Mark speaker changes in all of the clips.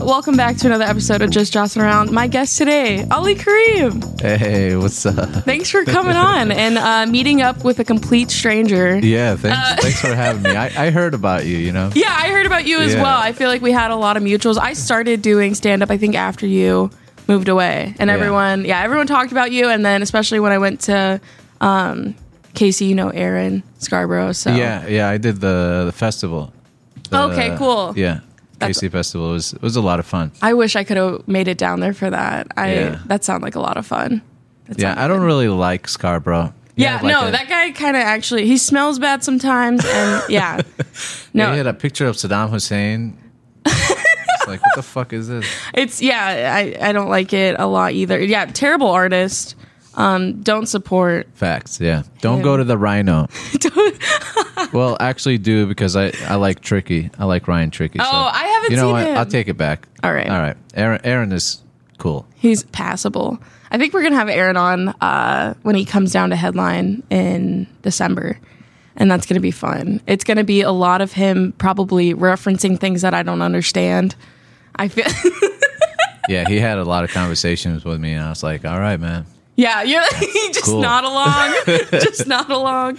Speaker 1: Welcome back to another episode of Just Jossing Around. My guest today, Ali Kareem.
Speaker 2: Hey, what's up?
Speaker 1: Thanks for coming on and uh, meeting up with a complete stranger.
Speaker 2: Yeah, thanks,
Speaker 1: Uh,
Speaker 2: thanks for having me. I, I heard about you, you know?
Speaker 1: Yeah, I heard about you as
Speaker 2: Yeah.
Speaker 1: well. I feel like we had a lot of mutuals. I started doing stand up, I think, after you moved away. And
Speaker 2: Yeah.
Speaker 1: everyone, yeah, everyone talked about you. And then, especially when I went to um, Casey, you know, Aaron Scarborough. So,
Speaker 2: Yeah, yeah, I did the, the festival. The-
Speaker 1: Okay, cool.
Speaker 2: Yeah,
Speaker 1: That's-
Speaker 2: KC Festival. It was, it was a lot of fun.
Speaker 1: I wish I could have made it down there for that. I
Speaker 2: Yeah.
Speaker 1: That sounded like a lot of fun. That
Speaker 2: Yeah,
Speaker 1: sounded
Speaker 2: I don't
Speaker 1: good.
Speaker 2: really like Scarborough. You
Speaker 1: Yeah,
Speaker 2: had, like,
Speaker 1: no,
Speaker 2: a-
Speaker 1: that guy kind of actually he smells bad sometimes, and yeah,
Speaker 2: They
Speaker 1: no,
Speaker 2: had a picture of Saddam Hussein. it's like, what the fuck is this?
Speaker 1: it's yeah, I I don't like it a lot either. Yeah, terrible artist. Um, don't support.
Speaker 2: Facts, yeah. Don't go to the Rhino. well, actually, do because I, I like Tricky. I like Ryan Tricky. so-
Speaker 1: Oh, I haven't
Speaker 2: You know
Speaker 1: seen
Speaker 2: what?
Speaker 1: him.
Speaker 2: I'll take it back.
Speaker 1: All right.
Speaker 2: All right. Aaron, Aaron is cool.
Speaker 1: He's passable. I think we're gonna have Aaron on uh, when he comes down to headline in December, and that's gonna be fun. It's gonna be a lot of him probably referencing things that I don't understand. I feel.
Speaker 2: Yeah, he had a lot of conversations with me, and I was like, "All right, man."
Speaker 1: Yeah, you're just
Speaker 2: cool.
Speaker 1: not along. just not along.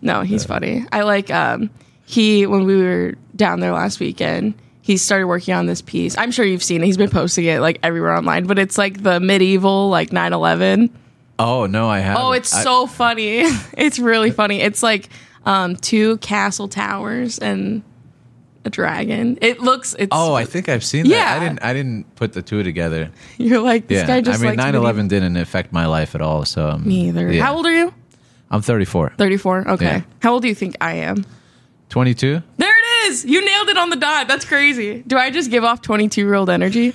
Speaker 1: No, he's funny. I like um he when we were down there last weekend, he started working on this piece. I'm sure you've seen it. He's been posting it like everywhere online, but it's like the medieval like 9/11.
Speaker 2: Oh no, I have.
Speaker 1: Oh, it's so funny. It's really funny. It's like um two castle towers and a dragon. It looks it's
Speaker 2: Oh, I think I've seen
Speaker 1: Yeah.
Speaker 2: that. I didn't. I didn't put the two together.
Speaker 1: you're like this
Speaker 2: Yeah,
Speaker 1: guy just
Speaker 2: I mean,
Speaker 1: likes
Speaker 2: nine
Speaker 1: medieval-
Speaker 2: eleven didn't affect my life at all. So um,
Speaker 1: Me either.
Speaker 2: yeah.
Speaker 1: How old are you?
Speaker 2: I'm 34.
Speaker 1: 34. Okay.
Speaker 2: Yeah.
Speaker 1: How old do you think I am?
Speaker 2: 22.
Speaker 1: There it is. You nailed it on the dot. That's crazy. Do I just give off 22 year old energy?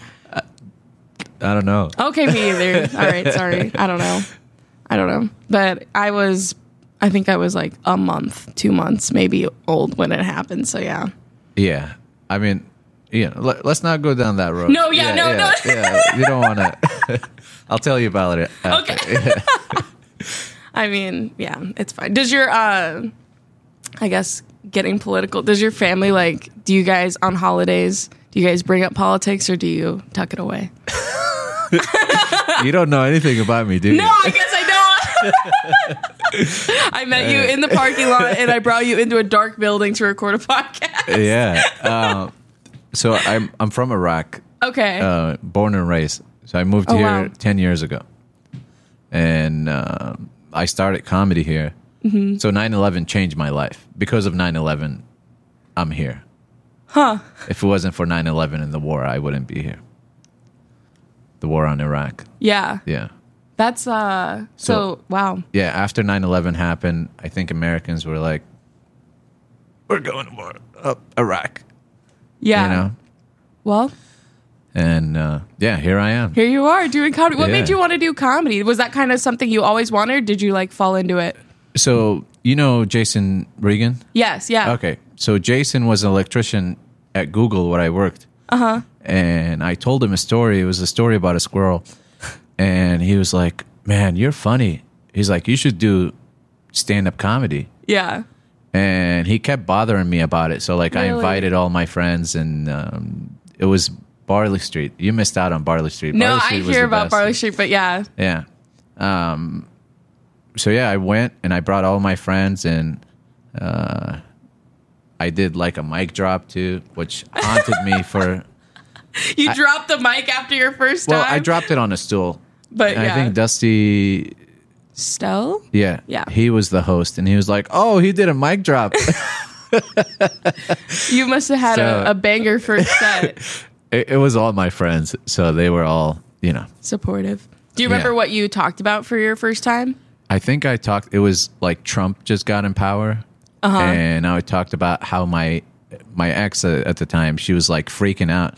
Speaker 2: I don't know.
Speaker 1: Okay, me either. All right, sorry. I don't know. I don't know. But I was, I think I was like a month, two months, maybe old when it happened. So yeah.
Speaker 2: Yeah, I mean, yeah. Let, us not go down that road.
Speaker 1: No, yeah, no,
Speaker 2: yeah,
Speaker 1: no.
Speaker 2: yeah, you don't want to. I'll tell you about it. after.
Speaker 1: Okay. I mean, yeah, it's fine. Does your, uh, I guess, getting political, does your family like, do you guys on holidays, do you guys bring up politics or do you tuck it away?
Speaker 2: You don't know anything about me, do you?
Speaker 1: No, I guess I don't. I met you in the parking lot and I brought you into a dark building to record a podcast.
Speaker 2: Yeah. Um, so I'm I'm from Iraq.
Speaker 1: Okay.
Speaker 2: uh, born and raised. So I moved
Speaker 1: Oh,
Speaker 2: here
Speaker 1: wow.
Speaker 2: 10 years ago. And um I started comedy here.
Speaker 1: Mm-hmm.
Speaker 2: So 9 11 changed my life. Because of 9 11, I'm here. Huh. If it wasn't for 9 11 and the war, I wouldn't be here. The war on Iraq.
Speaker 1: yeah.
Speaker 2: Yeah.
Speaker 1: That's uh so,
Speaker 2: So-
Speaker 1: wow.
Speaker 2: Yeah. After 9 11 happened, I think Americans were like, we're going to war up Iraq,
Speaker 1: Yeah.
Speaker 2: you know?
Speaker 1: Well,
Speaker 2: And uh, yeah, here I am.
Speaker 1: here you are doing comedy. What
Speaker 2: Yeah.
Speaker 1: made you want to do comedy? Was that kind of something you always wanted? Did you like fall into it?
Speaker 2: So, you know Jason Regan?
Speaker 1: Yes, yeah.
Speaker 2: Okay. So Jason was an electrician at Google where I worked. Uh
Speaker 1: Uh-huh.
Speaker 2: huh. And I told him a story. It was a story about a squirrel. And he was like, Man, you're funny. He's like, You should do stand up comedy.
Speaker 1: Yeah.
Speaker 2: And he kept bothering me about it. So, like, I
Speaker 1: Really?
Speaker 2: invited all my friends, and um, it was Barley Street. You missed out on Barley Street.
Speaker 1: No,
Speaker 2: Barley
Speaker 1: I
Speaker 2: Street was
Speaker 1: hear
Speaker 2: the
Speaker 1: about
Speaker 2: best.
Speaker 1: Barley Street, but yeah.
Speaker 2: Yeah. Um, so yeah, I went and I brought all my friends and uh, I did like a mic drop too, which haunted me for.
Speaker 1: You dropped the mic after your first
Speaker 2: Well,
Speaker 1: time.
Speaker 2: I dropped it on a stool.
Speaker 1: But
Speaker 2: And
Speaker 1: yeah.
Speaker 2: I think Dusty,
Speaker 1: Stell?
Speaker 2: yeah,
Speaker 1: Yeah.
Speaker 2: he was the host, and he was like, "Oh, he did a mic drop."
Speaker 1: You must have had
Speaker 2: So-
Speaker 1: a, a banger first set.
Speaker 2: it, it was all my friends, so they were all, you know.
Speaker 1: supportive. Do you remember
Speaker 2: Yeah.
Speaker 1: what you talked about for your first time?
Speaker 2: I think I talked. It was like Trump just got in power,
Speaker 1: Uh-huh.
Speaker 2: and I talked about how my my ex uh, at the time she was like freaking out,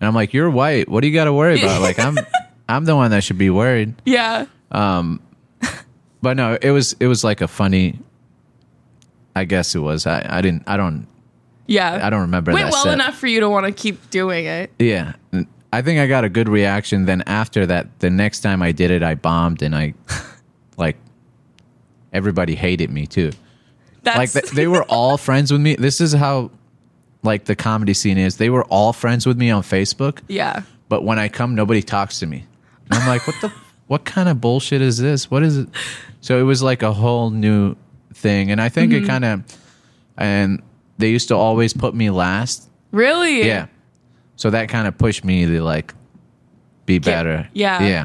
Speaker 2: and I'm like, "You're white. What do you got to worry about? Like, I'm I'm the one that should be worried."
Speaker 1: Yeah.
Speaker 2: But no, it was it was like a funny. I guess it was. I, I didn't. I don't.
Speaker 1: Yeah.
Speaker 2: I don't remember
Speaker 1: Went
Speaker 2: that
Speaker 1: well
Speaker 2: set.
Speaker 1: enough for you to want to keep doing it.
Speaker 2: Yeah. I think I got a good reaction. Then after that, the next time I did it, I bombed and I, like, everybody hated me too.
Speaker 1: That's
Speaker 2: like th- they were all friends with me. This is how like the comedy scene is. They were all friends with me on Facebook,
Speaker 1: yeah.
Speaker 2: but when I come, nobody talks to me. And I'm like, what the what kind of bullshit is this? What is it? So it was like a whole new thing, and I think it kind of and they used to always put me last.
Speaker 1: Really?
Speaker 2: Yeah. So that kind of pushed me to like be better.
Speaker 1: yeah.
Speaker 2: Yeah.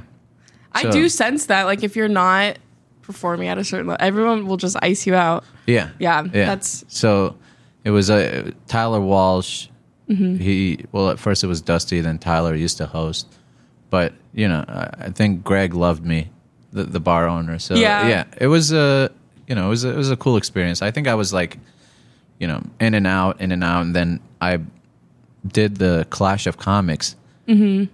Speaker 1: I
Speaker 2: So-
Speaker 1: do sense that. Like if you're not performing at a certain level, everyone will just ice you out.
Speaker 2: Yeah.
Speaker 1: Yeah, that's-
Speaker 2: so. It was uh, Tyler Walsh.
Speaker 1: Mm-hmm.
Speaker 2: He well, at first it was Dusty, then Tyler used to host, but you know, I, I think Greg loved me, the, the bar owner. So
Speaker 1: Yeah.
Speaker 2: it was a you know it was a, it was a cool experience. I think I was like, you know, in and out, in and out, and then I did the Clash of Comics. And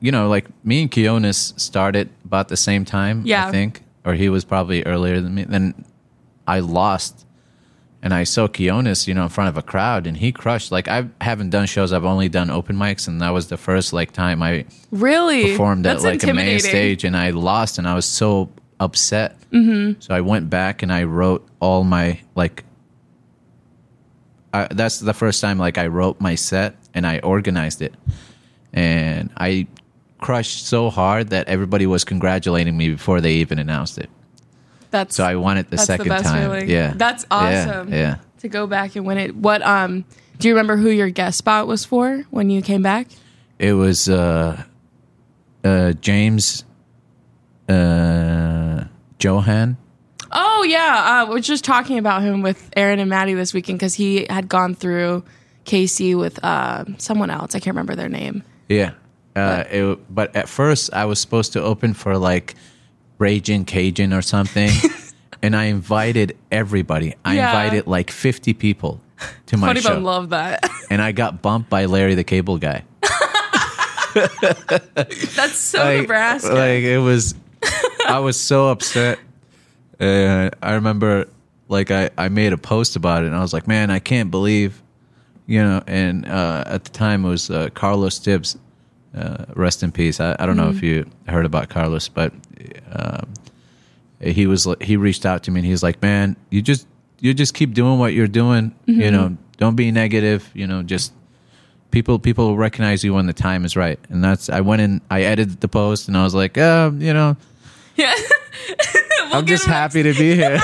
Speaker 2: you know, like me and Kionis started about the same time,
Speaker 1: Yeah.
Speaker 2: I think, or he was probably earlier than me. Then I lost, and I saw Kionis, you know, in front of a crowd, and he crushed. Like I haven't done shows; I've only done open mics, and that was the first like time I
Speaker 1: Really?
Speaker 2: performed at
Speaker 1: That's
Speaker 2: like a main
Speaker 1: intimidating.
Speaker 2: stage, and I lost, and I was so upset. Mm-hmm. So I went back and I wrote all my like. I, that's the first time like I wrote my set and I organized it, and I crushed so hard that everybody was congratulating me before they even announced it.
Speaker 1: That's
Speaker 2: So I won it the
Speaker 1: That's the
Speaker 2: second
Speaker 1: best
Speaker 2: time.
Speaker 1: feeling.
Speaker 2: Yeah,
Speaker 1: That's
Speaker 2: Yeah,
Speaker 1: awesome.
Speaker 2: Yeah,
Speaker 1: to go back and win it. What um do you remember who your guest spot was for when you came back?
Speaker 2: it was uh, uh, James uh, Johan.
Speaker 1: Oh yeah, uh, we are just talking about him with Aaron and Maddie this weekend because he had gone through Casey with uh, someone else. I can't remember their name.
Speaker 2: Yeah. Uh, it, but at first, I was supposed to open for like Raging Cajun or something. and I invited everybody. I
Speaker 1: Yeah.
Speaker 2: invited like 50 people to my
Speaker 1: Funny
Speaker 2: show.
Speaker 1: Bone love that.
Speaker 2: And I got bumped by Larry the Cable Guy.
Speaker 1: That's so
Speaker 2: uh,
Speaker 1: Nebraska.
Speaker 2: Like it was, I was so upset. Uh, I remember, like I, I made a post about it, and I was like, man, I can't believe, you know. And uh, at the time, it was uh, Carlos Tibbs. Uh, rest in peace. I, I don't know if you heard about Carlos, but um, he was li- he reached out to me and he's like, man, you just you just keep doing what you're doing. You know, don't be negative. You know, just people people will recognize you when the time is right and that's i went in i edited the post and i was like um you know
Speaker 1: yeah. We'll
Speaker 2: i'm
Speaker 1: give
Speaker 2: just
Speaker 1: him-
Speaker 2: happy to be here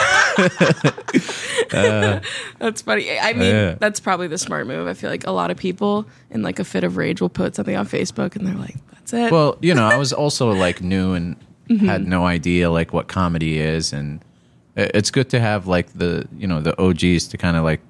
Speaker 1: That's funny. I mean,
Speaker 2: Yeah.
Speaker 1: that's probably the smart move. I feel like a lot of people in like a fit of rage will put something on Facebook and they're like, "That's it."
Speaker 2: well you know i was also like new and
Speaker 1: Mm-hmm.
Speaker 2: had no idea like what comedy is and i- it's good to have like the you know the og's to kind of like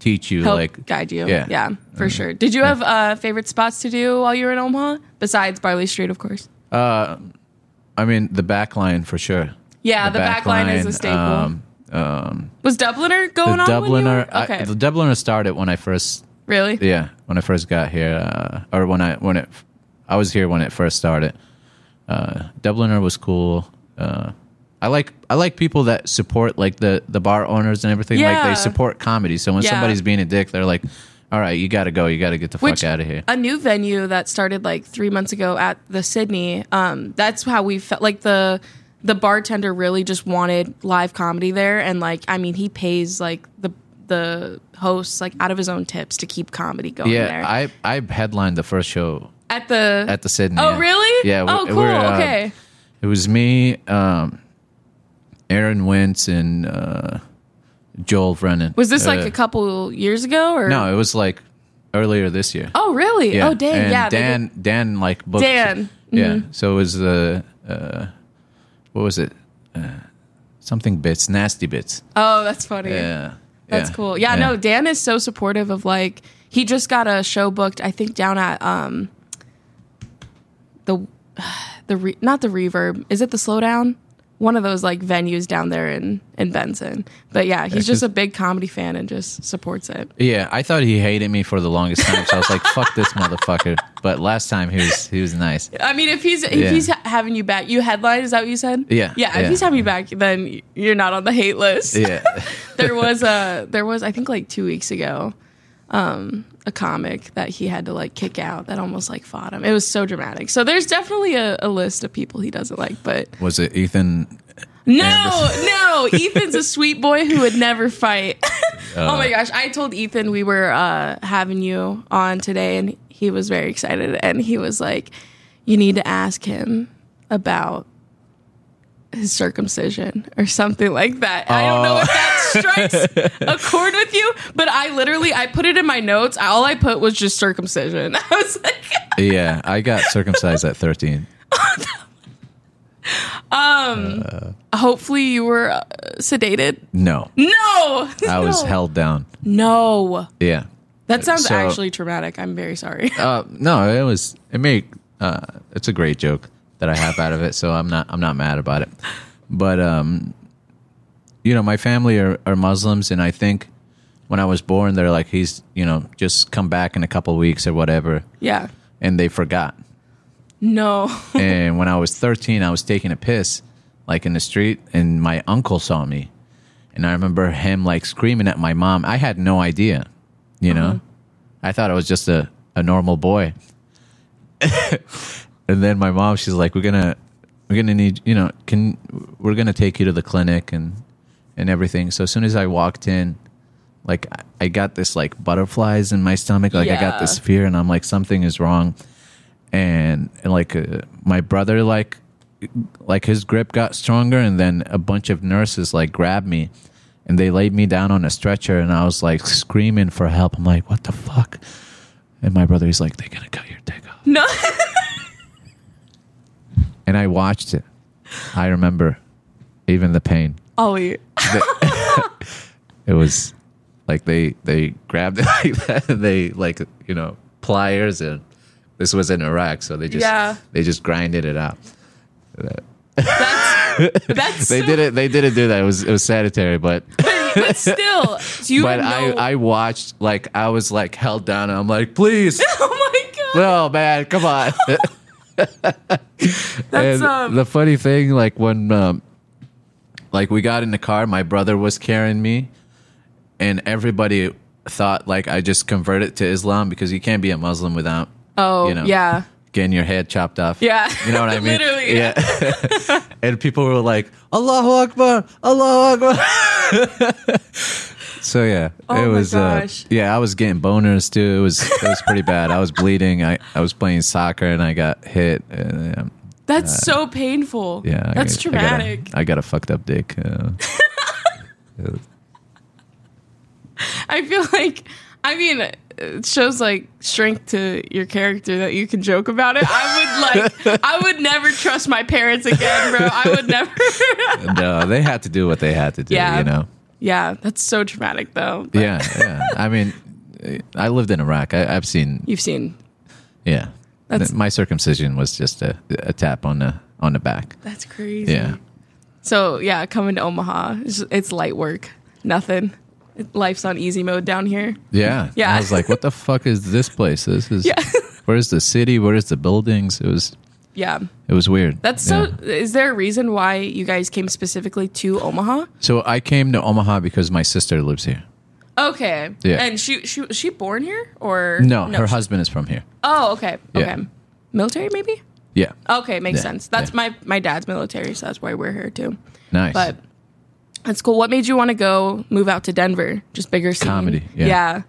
Speaker 2: teach you
Speaker 1: Help
Speaker 2: like
Speaker 1: guide you.
Speaker 2: yeah. Mm-hmm.
Speaker 1: for sure. Did you have uh, favorite spots to do while you were in Omaha besides Barley Street, of course?
Speaker 2: i mean the back line for sure
Speaker 1: Yeah, Uh, the, back, line, is a staple.
Speaker 2: um,
Speaker 1: was Dubliner
Speaker 2: the
Speaker 1: going on? when you
Speaker 2: dubliner
Speaker 1: were- okay,
Speaker 2: I, the dubliner started when i first
Speaker 1: really?
Speaker 2: Yeah, when I first got here, uh, or when I when it, I was here when it first started. Uh, Dubliner was cool. Uh, I like I like people that support like the the bar owners and everything. Like
Speaker 1: Yeah.
Speaker 2: they support comedy. So when
Speaker 1: Yeah.
Speaker 2: somebody's being a dick, they're like, "All right, you got to go. You got to get the
Speaker 1: Which-
Speaker 2: fuck out of here."
Speaker 1: a new venue that started like three months ago at the Sydney. Um, that's how we felt like the the bartender really just wanted live comedy there, and like I mean, he pays like the the hosts like out of his own tips to keep comedy going Oh, there
Speaker 2: Yeah, I I headlined the first show
Speaker 1: at the.
Speaker 2: at the Sydney.
Speaker 1: oh
Speaker 2: yeah.
Speaker 1: really?
Speaker 2: Yeah.
Speaker 1: Oh
Speaker 2: we-
Speaker 1: cool.
Speaker 2: we're, uh,
Speaker 1: okay.
Speaker 2: It was me, um, Aaron Wentz, and uh, Joel Brennan.
Speaker 1: Was this like
Speaker 2: Uh,
Speaker 1: a couple years ago or
Speaker 2: No, it was like earlier this year.
Speaker 1: Oh really?
Speaker 2: Yeah.
Speaker 1: Oh dang!
Speaker 2: And
Speaker 1: yeah, they did-
Speaker 2: Dan Dan like booked
Speaker 1: Dan, mm-hmm.
Speaker 2: Yeah. So it was the uh, what was it? Uh, something bits, nasty bits.
Speaker 1: Oh, that's funny.
Speaker 2: Yeah.
Speaker 1: That's
Speaker 2: Yeah.
Speaker 1: cool. Yeah, no, Dan is so supportive of like he just got a show booked. I think down at um the the re, not the reverb. Is it the slowdown? One of those like venues down there in in Benson. But yeah, he's just a big comedy fan and just supports it.
Speaker 2: Yeah, I thought he hated me for the longest time, so I was like, "Fuck this motherfucker." But last time he was he was nice.
Speaker 1: I mean, if he's if
Speaker 2: Yeah.
Speaker 1: he's ha- having you back, you headline. Is that what you said?
Speaker 2: Yeah,
Speaker 1: Yeah. If
Speaker 2: yeah.
Speaker 1: he's having you back, then you're not on the hate list.
Speaker 2: Yeah,
Speaker 1: there was a there was I think like two weeks ago, um, a comic that he had to like kick out that almost like fought him. It was so dramatic. So there's definitely a, a list of people he doesn't like, but
Speaker 2: was it Ethan?
Speaker 1: no,
Speaker 2: Anderson.
Speaker 1: no, No, Ethan's a sweet boy who would never fight. oh my gosh, I told Ethan we were uh, having you on today, and he was very excited, and he was like, "You need to ask him about." His circumcision or something like that. I don't know if that strikes a chord with you, but I literally I put it in my notes. All I put was just circumcision. I was like,
Speaker 2: yeah, I got circumcised at 13.
Speaker 1: hopefully you were uh, sedated.
Speaker 2: No,
Speaker 1: No,
Speaker 2: I was
Speaker 1: No.
Speaker 2: held down.
Speaker 1: No,
Speaker 2: Yeah.
Speaker 1: that sounds
Speaker 2: So-
Speaker 1: actually traumatic. I'm very sorry.
Speaker 2: Uh, no, it was it made uh, it's a great joke that I have out of it, so I'm not I'm not mad about it. But um, you know, my family are, are Muslims, and I think when I was born, they're like, he's you know just come back in a couple weeks or whatever,
Speaker 1: yeah.
Speaker 2: and they forgot.
Speaker 1: No.
Speaker 2: and when I was 13, I was taking a piss like in the street, and my uncle saw me, and I remember him like screaming at my mom. I had no idea, you know. I thought I was just a a normal boy. and then my mom, she's like, "We're gonna, we're gonna need, you know, can we're gonna take you to the clinic and and everything." So as soon as I walked in. Like I- I got this like butterflies in my stomach, like I
Speaker 1: Yeah.
Speaker 2: got this fear, and I'm like something is wrong and, and like uh, my brother like like his grip got stronger and then a bunch of nurses like grabbed me and they laid me down on a stretcher and i was like screaming for help i'm like what the fuck and my brother he's like they're gonna cut your dick off
Speaker 1: No.
Speaker 2: and i watched it i remember even the pain
Speaker 1: Ollie.
Speaker 2: it was like they they grabbed it like that and they like you know pliers and this was in iraq so they just
Speaker 1: Yeah.
Speaker 2: they just grinded it out
Speaker 1: That's that's
Speaker 2: they
Speaker 1: so,
Speaker 2: did it they didn't do that it was it was sanitary but
Speaker 1: But still, do you
Speaker 2: but
Speaker 1: know?
Speaker 2: I, I watched like I was like held down and I'm like, please,
Speaker 1: oh my god.
Speaker 2: no man, come on.
Speaker 1: That's
Speaker 2: And
Speaker 1: um.
Speaker 2: the funny thing, like when um, like we got in the car, my brother was carrying me, and everybody thought like I just converted to Islam because you can't be a Muslim without
Speaker 1: oh
Speaker 2: you know.
Speaker 1: yeah.
Speaker 2: getting your head chopped off.
Speaker 1: Yeah.
Speaker 2: You know what I mean?
Speaker 1: Literally.
Speaker 2: Yeah. and people were like, Allahu Akbar, Allahu Akbar. so yeah,
Speaker 1: Oh
Speaker 2: it
Speaker 1: my
Speaker 2: was uh,
Speaker 1: gosh.
Speaker 2: yeah, I was getting boners too. It was it was pretty bad. I was bleeding. I, I was playing soccer and I got hit. And, um,
Speaker 1: That's so painful.
Speaker 2: yeah, I
Speaker 1: That's
Speaker 2: got- I got a-
Speaker 1: traumatic.
Speaker 2: I got, a, fucked up dick. Uh,
Speaker 1: I feel like, I mean, it shows like strength to your character that you can joke about it. I would like, I would never trust my parents again, bro. I would never.
Speaker 2: no, they had to do what they had to do.
Speaker 1: Yeah.
Speaker 2: You know.
Speaker 1: yeah, that's so traumatic though. But
Speaker 2: Yeah, yeah. I mean, uh, I lived in Iraq. I, I've seen
Speaker 1: You've seen.
Speaker 2: Yeah.
Speaker 1: That's-
Speaker 2: my circumcision was just a, a tap on the on the back.
Speaker 1: That's crazy.
Speaker 2: Yeah.
Speaker 1: So yeah, coming to Omaha, it's, it's light work. Nothing. Life's on easy mode down here.
Speaker 2: Yeah.
Speaker 1: Yeah.
Speaker 2: I was like, what the fuck is this place? This is
Speaker 1: Yeah.
Speaker 2: where's the city? Where's the buildings? It was
Speaker 1: Yeah.
Speaker 2: it was weird.
Speaker 1: That's so.
Speaker 2: Yeah.
Speaker 1: Is there a reason why you guys came specifically to Omaha?
Speaker 2: So I came to Omaha because my sister lives here.
Speaker 1: Okay.
Speaker 2: Yeah.
Speaker 1: And she she was she born here or
Speaker 2: No, her
Speaker 1: she-
Speaker 2: husband is from here.
Speaker 1: Oh, okay. Okay.
Speaker 2: Yeah.
Speaker 1: Military maybe?
Speaker 2: Yeah.
Speaker 1: Okay, makes
Speaker 2: Yeah,
Speaker 1: sense. That's
Speaker 2: yeah.
Speaker 1: my my dad's military, so that's why we're here too.
Speaker 2: Nice.
Speaker 1: But that's cool. What made you want to go move out to Denver? Just bigger scene.
Speaker 2: Comedy, yeah.
Speaker 1: Yeah.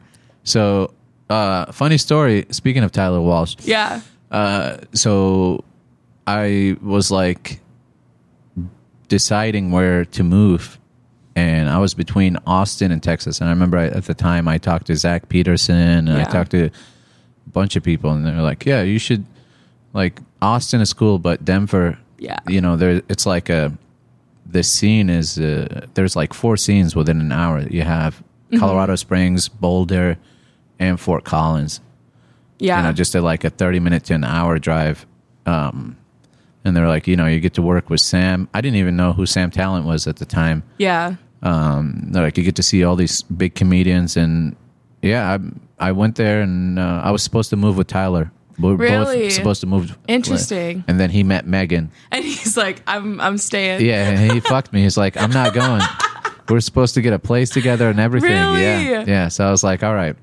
Speaker 2: so uh funny story, speaking of Tyler Walsh,
Speaker 1: Yeah.
Speaker 2: so I was like deciding where to move, and I was between Austin and Texas. And I remember I, at the time I talked to Zach Peterson and I
Speaker 1: Yeah.
Speaker 2: talked to a bunch of people, and they were like, "Yeah, you should like Austin is cool, but Denver,
Speaker 1: Yeah.
Speaker 2: you know, there it's like a the scene is uh, there's like four scenes within an hour. You have
Speaker 1: Mm-hmm.
Speaker 2: Colorado Springs, Boulder, and Fort Collins
Speaker 1: Yeah.
Speaker 2: you know, just a, like a 30 minute to an hour drive. Um, and they're like, you know, you get to work with Sam. I didn't even know who Sam Talent was at the time.
Speaker 1: yeah.
Speaker 2: They're like, you get to see all these big comedians. And yeah, I, I went there and uh, I was supposed to move with Tyler. We were
Speaker 1: Really?
Speaker 2: both supposed to move.
Speaker 1: Interesting.
Speaker 2: And then he met Megan.
Speaker 1: And he's like, I'm I'm staying.
Speaker 2: Yeah, and he fucked me. He's like, I'm not going. We're supposed to get a place together and everything. Yeah.
Speaker 1: Really?
Speaker 2: Yeah. So I was like, all right,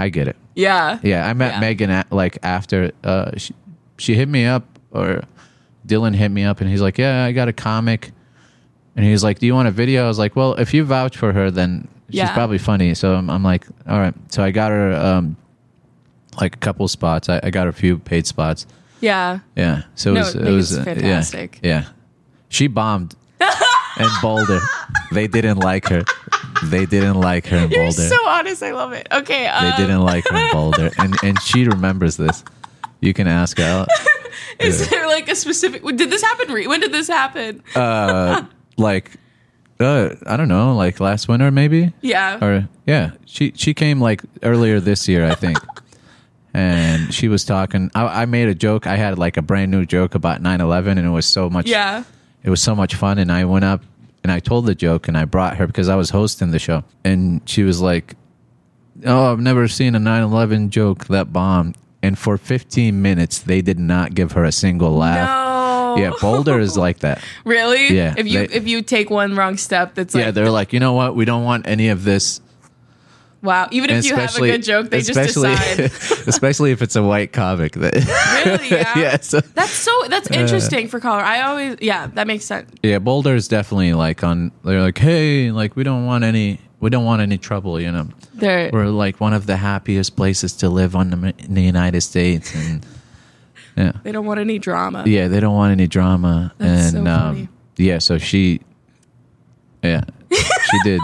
Speaker 2: I get it.
Speaker 1: Yeah.
Speaker 2: Yeah, I met
Speaker 1: Yeah.
Speaker 2: Megan at, like after uh, she she hit me up or Dylan hit me up and he's like, "Yeah, I got a comic And he was like, "Do you want a video?" I was like, "Well, if you vouch for her, then she's
Speaker 1: Yeah.
Speaker 2: probably funny." So I'm, I'm like, "All right." So I got her um, like a couple spots. I, I got her a few paid spots.
Speaker 1: Yeah.
Speaker 2: Yeah. So it
Speaker 1: No,
Speaker 2: was
Speaker 1: I
Speaker 2: it
Speaker 1: think
Speaker 2: was
Speaker 1: it's
Speaker 2: uh, yeah,
Speaker 1: fantastic.
Speaker 2: Yeah, She bombed in Boulder. They didn't like her. They didn't like her in
Speaker 1: You're
Speaker 2: Boulder.
Speaker 1: so honest. I love it. Okay. Um,
Speaker 2: they didn't like her in Boulder, and and she remembers this. You can ask her.
Speaker 1: Is there like a specific? Did this happen? Re- when did this happen?
Speaker 2: Uh, Like, uh, I don't know, like last winter maybe.
Speaker 1: yeah.
Speaker 2: or yeah she she came like earlier this year i think and she was talking I, I made a joke i had like a brand new joke about 9-11 and it was so much
Speaker 1: yeah.
Speaker 2: it was so much fun and i went up and i told the joke and i brought her because i was hosting the show and she was like oh i've never seen a 9-11 joke that bombed and for 15 minutes they did not give her a single laugh
Speaker 1: No.
Speaker 2: yeah boulder is like that
Speaker 1: Oh, Really?
Speaker 2: Yeah,
Speaker 1: If you
Speaker 2: they-
Speaker 1: if you take one wrong step, that's like
Speaker 2: yeah they're like you know what we don't want any of this
Speaker 1: wow. Even if you have a
Speaker 2: especially-
Speaker 1: good joke, they just
Speaker 2: especially-
Speaker 1: decide.
Speaker 2: especially if it's a white comic. That,
Speaker 1: really? Yeah.
Speaker 2: yeah, Uh, so-
Speaker 1: That's so. That's interesting for color. I always. Yeah. That makes sense.
Speaker 2: yeah. Boulder is definitely like on. They're like, hey, like we don't want any, we don't want any trouble. You know,
Speaker 1: There.
Speaker 2: we're like one of the happiest places to live on the, in the United States, and yeah,
Speaker 1: They don't want any drama.
Speaker 2: yeah. They don't want any drama,
Speaker 1: That's so
Speaker 2: and
Speaker 1: funny.
Speaker 2: um, yeah. So she, yeah, she did.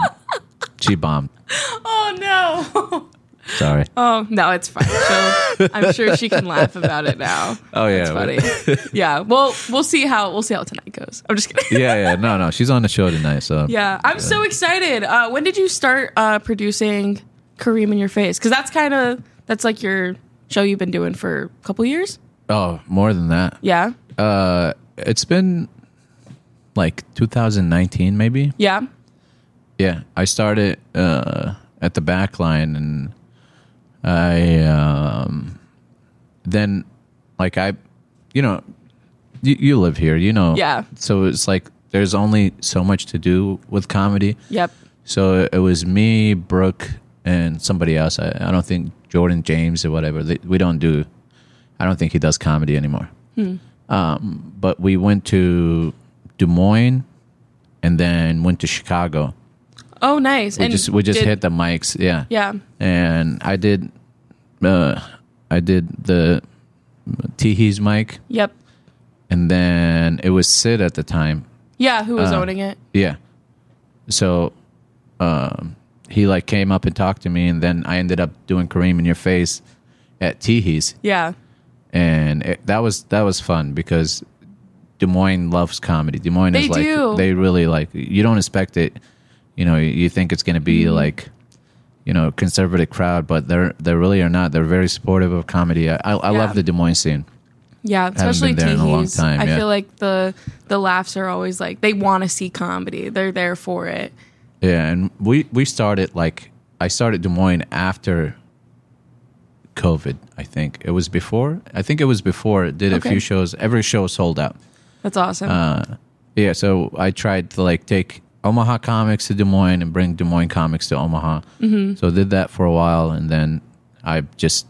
Speaker 2: She bombed.
Speaker 1: Oh no.
Speaker 2: Sorry.
Speaker 1: Oh no, it's fine. So I'm sure she can laugh about it now.
Speaker 2: Oh, yeah.
Speaker 1: That's funny. yeah. Well, we'll see how we'll see how tonight goes. I'm just kidding.
Speaker 2: Yeah, yeah. No, no. She's on the show tonight, so
Speaker 1: Yeah, I'm so excited. Uh, when did you start uh, producing Kareem in Your Face? Because that's kind of that's like your show you've been doing for a couple years.
Speaker 2: Oh, more than that.
Speaker 1: Yeah,
Speaker 2: uh it's been like 2019 maybe
Speaker 1: yeah,
Speaker 2: yeah i started uh at the back line and i um then like i you know you, you live here you know
Speaker 1: Yeah.
Speaker 2: so it's like there's only so much to do with comedy
Speaker 1: yep,
Speaker 2: so it was me brooke and somebody else i, I don't think jordan james or whatever they, we don't do i don't think he does comedy anymore um, but we went to des moines and then went to chicago
Speaker 1: Oh, nice.
Speaker 2: we just we just
Speaker 1: did-
Speaker 2: hit the mics yeah
Speaker 1: Yeah,
Speaker 2: and i did uh i did the teehee's mic
Speaker 1: yep,
Speaker 2: and then it was sid at the time
Speaker 1: yeah. Who was
Speaker 2: Uh,
Speaker 1: owning it?
Speaker 2: yeah so um he like came up and talked to me and then i ended up doing kareem in your face at teehee's
Speaker 1: Yeah,
Speaker 2: and it, that was that was fun because Des Moines loves comedy. Des Moines
Speaker 1: They
Speaker 2: is like
Speaker 1: do.
Speaker 2: they really like you don't expect it. You know, you- you think it's going to be
Speaker 1: Mm-hmm.
Speaker 2: like you know conservative crowd, but they're they really are not. They're very supportive of comedy. I I, I
Speaker 1: Yeah.
Speaker 2: love the Des Moines scene.
Speaker 1: yeah. Especially
Speaker 2: been there in a long
Speaker 1: Teehees.
Speaker 2: time,
Speaker 1: I
Speaker 2: yeah.
Speaker 1: feel like the the laughs are always like they want to see comedy. They're there for it.
Speaker 2: Yeah, and we we started like I started Des Moines after COVID. I think it was before. I think it was before. Did
Speaker 1: Okay.
Speaker 2: a few shows. Every show sold out.
Speaker 1: That's awesome.
Speaker 2: Uh. Yeah, so I tried to like take Omaha comics to Des Moines and bring Des Moines comics to Omaha. Mm-hmm. So I did that for a while, and then I just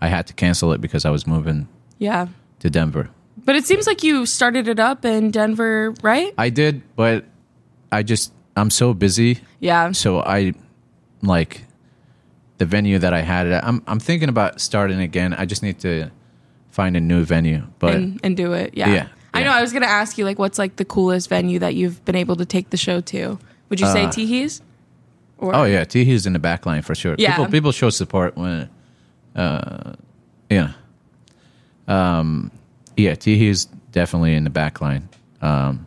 Speaker 2: I had to cancel it because I was moving
Speaker 1: yeah,
Speaker 2: to Denver.
Speaker 1: but it seems like you started it up in Denver, right?
Speaker 2: I did, but I just I'm so busy,
Speaker 1: Yeah,
Speaker 2: so I like the venue that I had it. At, I'm I'm thinking about starting again. I just need to find a new venue, but
Speaker 1: and, and do it. Yeah.
Speaker 2: Yeah,
Speaker 1: I know.
Speaker 2: yeah.
Speaker 1: I was gonna ask you like, what's like the coolest venue that you've been able to take the show to? Would you say
Speaker 2: Uh,
Speaker 1: Teehees? Or
Speaker 2: Oh yeah, Teehee's in the back line for sure.
Speaker 1: Yeah.
Speaker 2: People people show support when uh yeah. Um yeah, Teehee's definitely in the back line. Um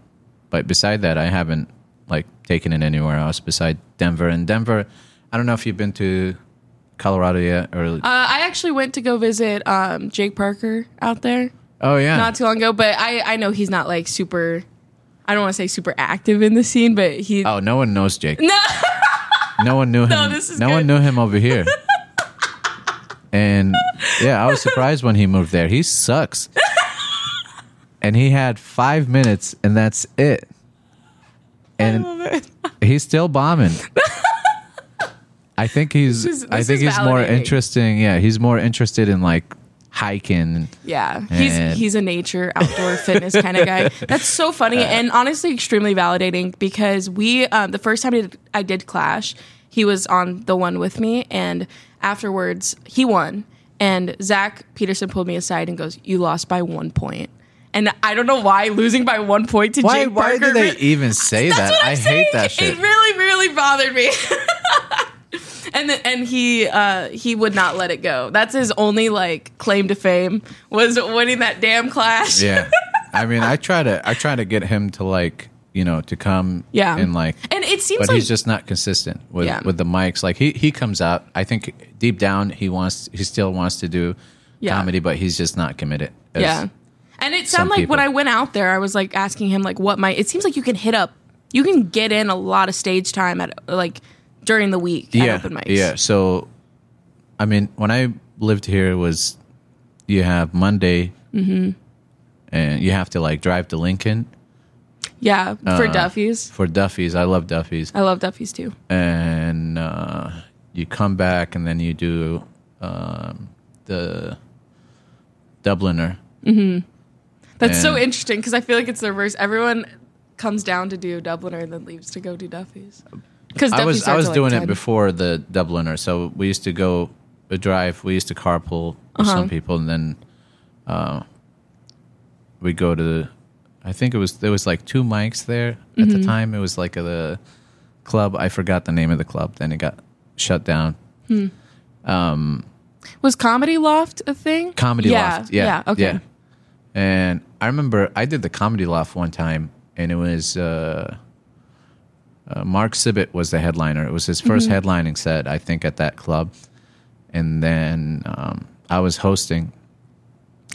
Speaker 2: but beside that I haven't like taken it anywhere else beside Denver. And Denver, I don't know if you've been to Colorado yet or
Speaker 1: Uh, I actually went to go visit um, Jake Parker out there
Speaker 2: Oh yeah.
Speaker 1: not too long ago, but I I know he's not like super. I don't want to say super active in the scene, but he.
Speaker 2: oh, no one knows Jake.
Speaker 1: No.
Speaker 2: No one knew him. No,
Speaker 1: this is
Speaker 2: one
Speaker 1: good.
Speaker 2: knew him over here. and yeah, I was surprised when he moved there. He sucks. and he had five minutes, and that's it. And he's still bombing. I think he's.
Speaker 1: This is-
Speaker 2: I
Speaker 1: this
Speaker 2: think
Speaker 1: is
Speaker 2: he's more
Speaker 1: validating.
Speaker 2: interesting. Yeah, he's more interested in like hiking.
Speaker 1: Yeah, he's
Speaker 2: And-
Speaker 1: he's a nature outdoor fitness kind of guy. That's so funny and honestly extremely validating because we um, the first time I did, I did Clash, he was on the one with me, and afterwards he won. And Zach Peterson pulled me aside and goes, "You lost by one point." And I don't know why losing by one point to
Speaker 2: Why?
Speaker 1: Jake
Speaker 2: Why
Speaker 1: Parker.
Speaker 2: do they even say
Speaker 1: That's
Speaker 2: that?
Speaker 1: what I'm
Speaker 2: I
Speaker 1: saying.
Speaker 2: hate that shit.
Speaker 1: It really, really bothered me. and the, and he uh, he would not let it go. That's his only like claim to fame was winning that damn clash.
Speaker 2: yeah. I mean, I try to I try to get him to like you know to come.
Speaker 1: Yeah.
Speaker 2: And like.
Speaker 1: And it seems
Speaker 2: but
Speaker 1: like
Speaker 2: he's just not consistent with,
Speaker 1: Yeah.
Speaker 2: with the mics. Like he, he comes out. I think deep down he wants he still wants to do
Speaker 1: Yeah.
Speaker 2: comedy, but he's just not committed. as-
Speaker 1: yeah. And it sounded like when
Speaker 2: people.
Speaker 1: I went out there, I was like asking him like what my. It seems like you can hit up, you can get in a lot of stage time at like during the week
Speaker 2: yeah,
Speaker 1: at open mics.
Speaker 2: Yeah. So, I mean, when I lived here, it was you have Monday,
Speaker 1: Mm-hmm.
Speaker 2: and you have to like drive to Lincoln
Speaker 1: yeah. For
Speaker 2: Uh,
Speaker 1: Duffy's,
Speaker 2: for Duffy's. I love Duffy's,
Speaker 1: I love Duffy's too.
Speaker 2: and uh, you come back, and then you do um, the Dubliner.
Speaker 1: That's so
Speaker 2: And-
Speaker 1: interesting because I feel like it's the reverse. Everyone comes down to do Dubliner and then leaves to go do Duffy's. Because
Speaker 2: I was I was doing it before the Dubliner, so we used to go a drive. We used to carpool with some people, and then uh, we go to. the I think it was there was like two mics there at the time. It was like a the club. I forgot the name of the club. Then it got shut down.
Speaker 1: Was Comedy Loft a thing?
Speaker 2: Comedy Loft. Yeah.
Speaker 1: Okay.
Speaker 2: yeah. And I remember I did the Comedy Loft one time, and it was uh, uh, Mark Sibbett was the headliner. It was his 1st headlining set, I think, at that club. And then um, I was hosting,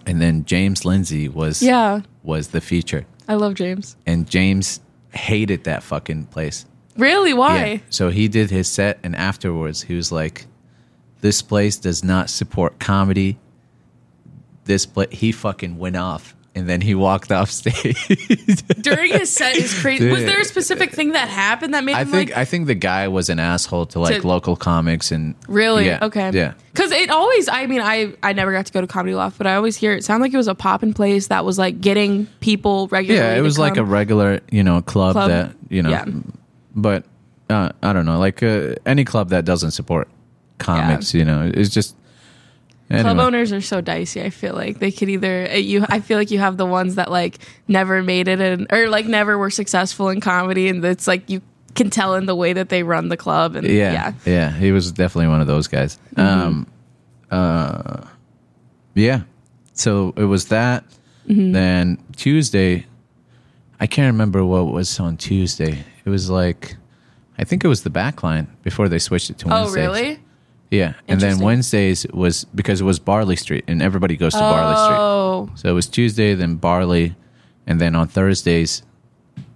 Speaker 2: and then James Lindsay was
Speaker 1: Yeah.
Speaker 2: was the feature,
Speaker 1: I love James.
Speaker 2: and James hated that fucking place.
Speaker 1: Really? Why?
Speaker 2: Yeah. So he did his set, and afterwards he was like, "This place does not support comedy." This place, he fucking went off, and then he walked off stage.
Speaker 1: During his set is crazy. Was
Speaker 2: Dude.
Speaker 1: there a specific thing that happened that made
Speaker 2: I
Speaker 1: him
Speaker 2: think
Speaker 1: like
Speaker 2: I think the guy was an asshole to like
Speaker 1: To-
Speaker 2: local comics and
Speaker 1: really
Speaker 2: Yeah,
Speaker 1: okay?
Speaker 2: yeah.
Speaker 1: Because it always. I mean, I I never got to go to Comedy Loft, but I always hear it sound like it was a poppin' place that was like getting people regularly.
Speaker 2: Yeah, it
Speaker 1: to
Speaker 2: was like a
Speaker 1: come.
Speaker 2: regular, you know, club,
Speaker 1: Club.
Speaker 2: that you know,
Speaker 1: Yeah.
Speaker 2: but uh, I don't know, like uh, any club that doesn't support comics, you know, it's just
Speaker 1: Club
Speaker 2: anyway.
Speaker 1: owners are so dicey. I feel like they could either uh, you. I feel like you have the ones that like never made it and or like never were successful in comedy, and it's like you can tell in the way that they run the club. And yeah, Mm-hmm.
Speaker 2: Yeah, yeah, he was definitely one of those guys. Um, uh, yeah. So it was that.
Speaker 1: Mm-hmm.
Speaker 2: Then Tuesday, I can't remember what was on Tuesday. It was like, I think it was the back line before they switched it to
Speaker 1: oh
Speaker 2: Wednesdays.
Speaker 1: really?
Speaker 2: Yeah, and then
Speaker 1: Interesting.
Speaker 2: Wednesdays was because it was Barley Street, and everybody goes to Barley Street.
Speaker 1: Oh,
Speaker 2: So it was Tuesday, then barley, and then on Thursdays,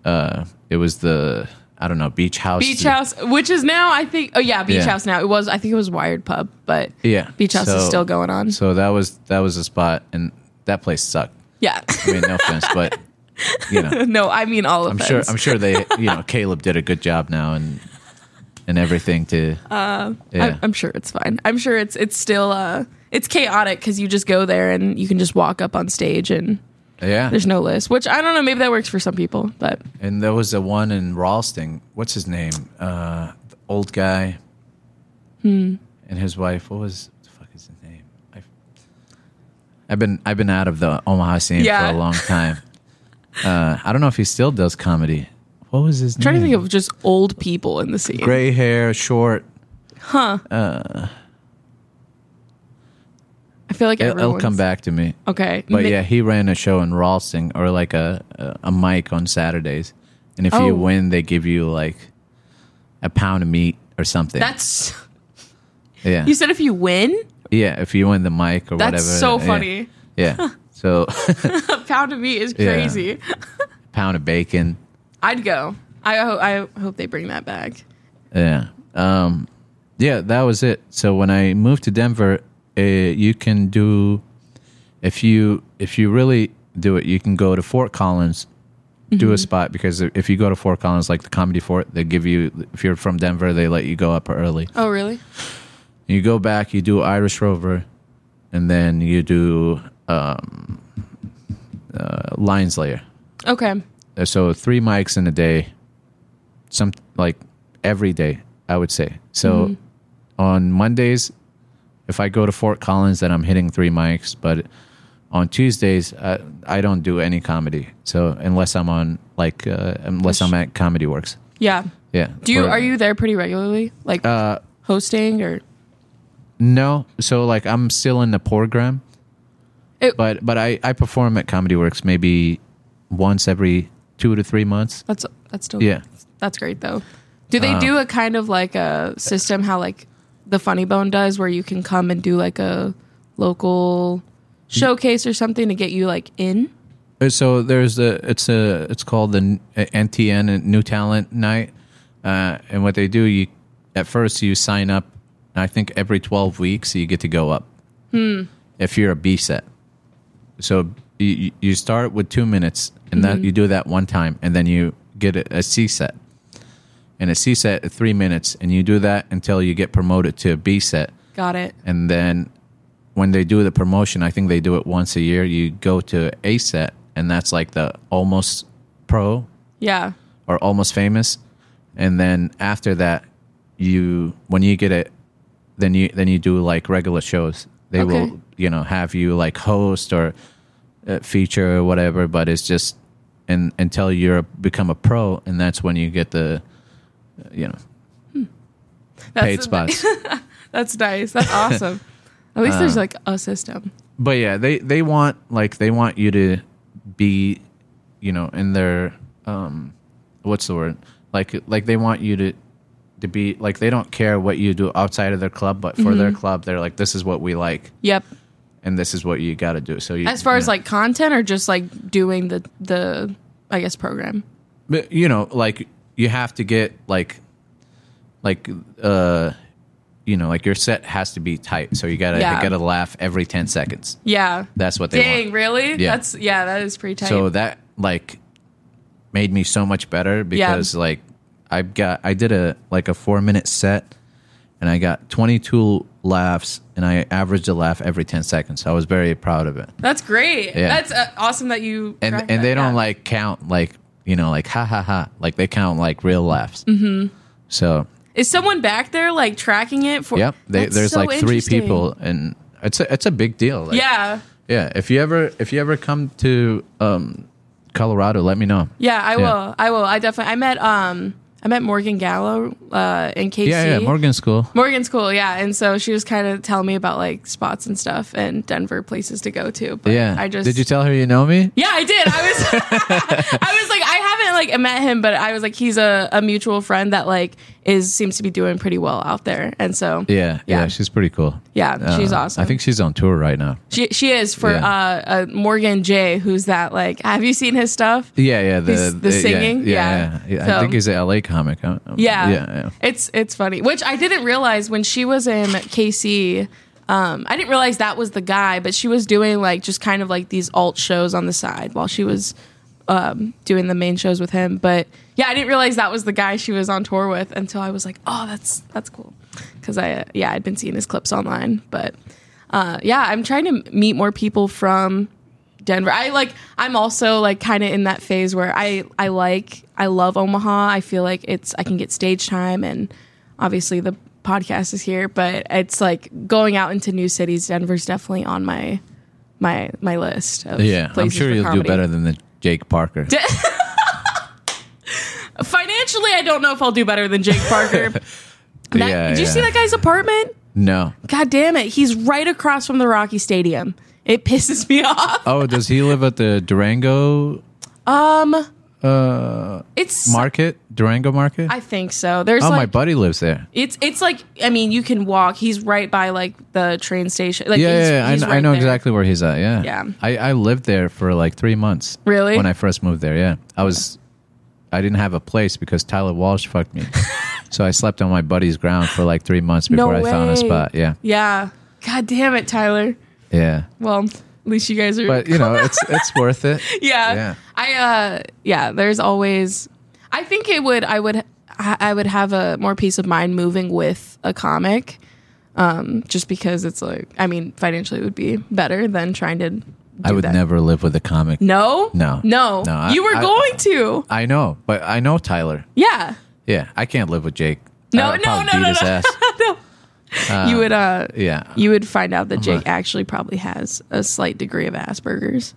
Speaker 2: uh, it was the I don't know beach house.
Speaker 1: Beach House, which is now I think. Oh yeah, Beach
Speaker 2: Yeah.
Speaker 1: House now. It was I think it was Wired Pub, but
Speaker 2: Yeah,
Speaker 1: Beach House is
Speaker 2: So-
Speaker 1: still going on.
Speaker 2: So that was that was a spot, and that place sucked.
Speaker 1: yeah.
Speaker 2: I mean, no offense, but you know,
Speaker 1: no, I mean all of
Speaker 2: I'm sure I'm sure they you know Caleb did a good job now and and everything to yeah.
Speaker 1: I'm, I'm sure it's fine. I'm sure it's it's still uh it's chaotic because you just go there and you can just walk up on stage and
Speaker 2: yeah.
Speaker 1: There's no list, which I don't know. Maybe that works for some people, but
Speaker 2: And there was the one in Ralston. What's his name? Uh, the old guy. Hmm.
Speaker 1: Hmm.
Speaker 2: And his wife. What was what the fuck is his name? I've, I've been I've been out of the Omaha scene
Speaker 1: Yeah.
Speaker 2: for a long time. uh, I don't know if he still does comedy. What was his
Speaker 1: I'm trying to
Speaker 2: name?
Speaker 1: think of just old people in the scene.
Speaker 2: gray hair, short.
Speaker 1: I feel like
Speaker 2: It'll, it'll
Speaker 1: everyone's
Speaker 2: come back to me.
Speaker 1: Okay,
Speaker 2: But
Speaker 1: Ma-
Speaker 2: yeah, he ran a show in Ralston or like a, a a mic on Saturdays, and if
Speaker 1: Oh.
Speaker 2: you win, they give you like a pound of meat or something.
Speaker 1: that's
Speaker 2: yeah.
Speaker 1: you said if you win,
Speaker 2: Yeah, if you win the mic or
Speaker 1: That's so
Speaker 2: whatever. yeah.
Speaker 1: funny.
Speaker 2: Yeah. So
Speaker 1: a pound of meat is
Speaker 2: Yeah.
Speaker 1: crazy.
Speaker 2: pound of bacon.
Speaker 1: I'd go. I ho- I hope they bring that back.
Speaker 2: Yeah. Um yeah, that was it. So when I moved to Denver, uh, you can do if you if you really do it, you can go to Fort Collins do a spot because if you go to Fort Collins like the Comedy Fort, they give you if you're from Denver, they let you go up early.
Speaker 1: Oh really?
Speaker 2: You go back, you do Irish Rover, and then you do um, uh, Lions Lair.
Speaker 1: Okay.
Speaker 2: Uh, So three mics in a day, some like every day, I would say.
Speaker 1: Mm-hmm.
Speaker 2: So on Mondays, if I go to Fort Collins, then I'm hitting three mics. But on Tuesdays, I, I don't do any comedy. So unless I'm on like uh, unless I'm at Comedy Works,
Speaker 1: Yeah.
Speaker 2: yeah.
Speaker 1: Do you
Speaker 2: Or-
Speaker 1: are you there pretty regularly? Like
Speaker 2: Uh,
Speaker 1: hosting or
Speaker 2: No, so like I'm still in the program,
Speaker 1: It-
Speaker 2: but but I I perform at Comedy Works maybe once every two to three months.
Speaker 1: that's that's still
Speaker 2: Yeah.
Speaker 1: That's great though. Do
Speaker 2: Uh,
Speaker 1: they do a kind of like a system how like the Funny Bone does where you can come and do like a local showcase or something to get you like in?
Speaker 2: Uh, So there's the it's a it's called the N- uh, NTN uh, New Talent Night, uh, and what they do you at first you sign up. I think every twelve weeks you get to go up. If you're a B set, so you- you, you start with two minutes, and that you do that one time, and then you get a, a C set, and a C set at three minutes, and you do that until you get promoted to a B set,
Speaker 1: Got it.
Speaker 2: and then when they do the promotion, I think they do it once a year. You go to a set, and that's like the almost pro
Speaker 1: Yeah.
Speaker 2: or almost famous, and then after that, you when you get it, then you then you do like regular shows. They
Speaker 1: Okay.
Speaker 2: will you know have you like host or uh, feature or whatever, but it's just and until you're become a pro, and that's when you get the uh, you know
Speaker 1: That's
Speaker 2: paid spots.
Speaker 1: That's nice. That's awesome. At
Speaker 2: Uh,
Speaker 1: least there's like a system.
Speaker 2: but yeah, they they want like they want you to be, you know, in their um, what's the word? Like like they want you to to be like they don't care what you do outside of their club, but for their
Speaker 1: Mm-hmm.
Speaker 2: club, they're like this is what we like
Speaker 1: Yep.
Speaker 2: and this is what you got to do. So you,
Speaker 1: As far
Speaker 2: you
Speaker 1: as
Speaker 2: know.
Speaker 1: like content or just like doing the the I guess program.
Speaker 2: But, you know, like you have to get like like uh you know like your set has to be tight, so you gotta
Speaker 1: Yeah.
Speaker 2: gotta laugh every ten seconds.
Speaker 1: Yeah.
Speaker 2: That's what they want.
Speaker 1: Dang, really?
Speaker 2: Yeah.
Speaker 1: That's yeah, that is pretty tight.
Speaker 2: so that like made me so much better because like I got I did a like a four minute set and I got 22 laughs and I averaged a laugh every 10 seconds. I was very proud of it.
Speaker 1: That's great.
Speaker 2: Yeah.
Speaker 1: That's uh, awesome that you
Speaker 2: And
Speaker 1: track
Speaker 2: and
Speaker 1: that,
Speaker 2: they don't
Speaker 1: yeah.
Speaker 2: like count like you know like ha ha ha like they count like real laughs. Mm-hmm. So
Speaker 1: Is someone back there like tracking it for?
Speaker 2: yep, they,
Speaker 1: That's
Speaker 2: there's
Speaker 1: so
Speaker 2: like three
Speaker 1: interesting.
Speaker 2: people and it's a, it's a big deal. Like,
Speaker 1: Yeah,
Speaker 2: yeah. If you ever if you ever come to um, Colorado, let me know.
Speaker 1: yeah. I
Speaker 2: Yeah.
Speaker 1: will. I will. I definitely. I met um. I met Morgan Gallo uh in KC.
Speaker 2: Yeah, yeah. Morgan's cool.
Speaker 1: Morgan's cool. Yeah, and so she was kind of telling me about like spots and stuff and Denver places to go to. But
Speaker 2: Yeah.
Speaker 1: I just
Speaker 2: Did you tell her you know me?
Speaker 1: Yeah, I did. I was I was like I haven't like met him, but I was like he's a, a mutual friend that like is seems to be doing pretty well out there. And so
Speaker 2: Yeah, yeah,
Speaker 1: Yeah.
Speaker 2: she's pretty cool.
Speaker 1: Yeah, she's
Speaker 2: Uh,
Speaker 1: awesome.
Speaker 2: I think she's on tour right now.
Speaker 1: she she is for
Speaker 2: Yeah.
Speaker 1: uh, uh Morgan J, who's that like have you seen his stuff?
Speaker 2: Yeah, yeah, the
Speaker 1: He's- the
Speaker 2: yeah,
Speaker 1: singing?
Speaker 2: Yeah,
Speaker 1: Yeah.
Speaker 2: yeah, I
Speaker 1: So-
Speaker 2: think he's a LA comic. huh? Um,
Speaker 1: Yeah.
Speaker 2: yeah, yeah.
Speaker 1: It's it's funny, which I didn't realize when she was in KC. Um, I didn't realize that was the guy, but she was doing like just kind of like these alt shows on the side while she was um, doing the main shows with him. But yeah, I didn't realize that was the guy she was on tour with until I was like, oh, that's that's cool, because I uh, yeah I'd been seeing his clips online. But uh, yeah, I'm trying to meet more people from Denver. I like I'm also like kind of in that phase where I I like I love Omaha. I feel like it's I can get stage time and obviously the podcast is here, but it's like going out into new cities. Denver's definitely on my my my list of
Speaker 2: Yeah, I'm
Speaker 1: places
Speaker 2: sure
Speaker 1: for
Speaker 2: you'll do
Speaker 1: comedy.
Speaker 2: better than the Jake Parker.
Speaker 1: Financially, I don't know if I'll do better than Jake Parker. That-
Speaker 2: Yeah,
Speaker 1: did you see
Speaker 2: yeah.
Speaker 1: that guy's apartment?
Speaker 2: no.
Speaker 1: God damn it. He's right across from the Rocky Stadium. It pisses me off.
Speaker 2: Oh, does he live at the Durango
Speaker 1: It's
Speaker 2: Market? Durango Market?
Speaker 1: I think so. There's
Speaker 2: oh,
Speaker 1: like
Speaker 2: my buddy lives there.
Speaker 1: It's it's like I mean you can walk. He's right by like the train station. Like
Speaker 2: Yeah,
Speaker 1: he's,
Speaker 2: yeah, yeah. I,
Speaker 1: he's
Speaker 2: kn- I
Speaker 1: right
Speaker 2: know
Speaker 1: there.
Speaker 2: exactly where he's at. Yeah,
Speaker 1: Yeah.
Speaker 2: I, I lived there for like three months.
Speaker 1: Really?
Speaker 2: When I first moved there, yeah, I was, I didn't have a place because Tyler Walsh fucked me, so I slept on my buddy's ground for like three months
Speaker 1: No
Speaker 2: before I found a
Speaker 1: way.
Speaker 2: spot. Yeah,
Speaker 1: Yeah. God damn it, Tyler.
Speaker 2: yeah.
Speaker 1: Well, at least you guys are.
Speaker 2: But you know, it's it's worth it.
Speaker 1: yeah.
Speaker 2: yeah.
Speaker 1: I uh yeah. There's always. I think it would. I would. I I would have a more peace of mind moving with a comic. um, just because it's like, I mean, financially it would be better than trying to. Do
Speaker 2: I would
Speaker 1: that.
Speaker 2: never live with a comic.
Speaker 1: No.
Speaker 2: No.
Speaker 1: No.
Speaker 2: No, I-
Speaker 1: you were
Speaker 2: I-
Speaker 1: going to.
Speaker 2: I know, but I know Tyler.
Speaker 1: Yeah.
Speaker 2: Yeah, I can't live with Jake.
Speaker 1: No,
Speaker 2: I'd
Speaker 1: no,
Speaker 2: probably
Speaker 1: no,
Speaker 2: beat
Speaker 1: no,
Speaker 2: his
Speaker 1: no.
Speaker 2: ass.
Speaker 1: you would. Uh.
Speaker 2: Yeah,
Speaker 1: You would find out that Jake actually probably has a slight degree of Asperger's.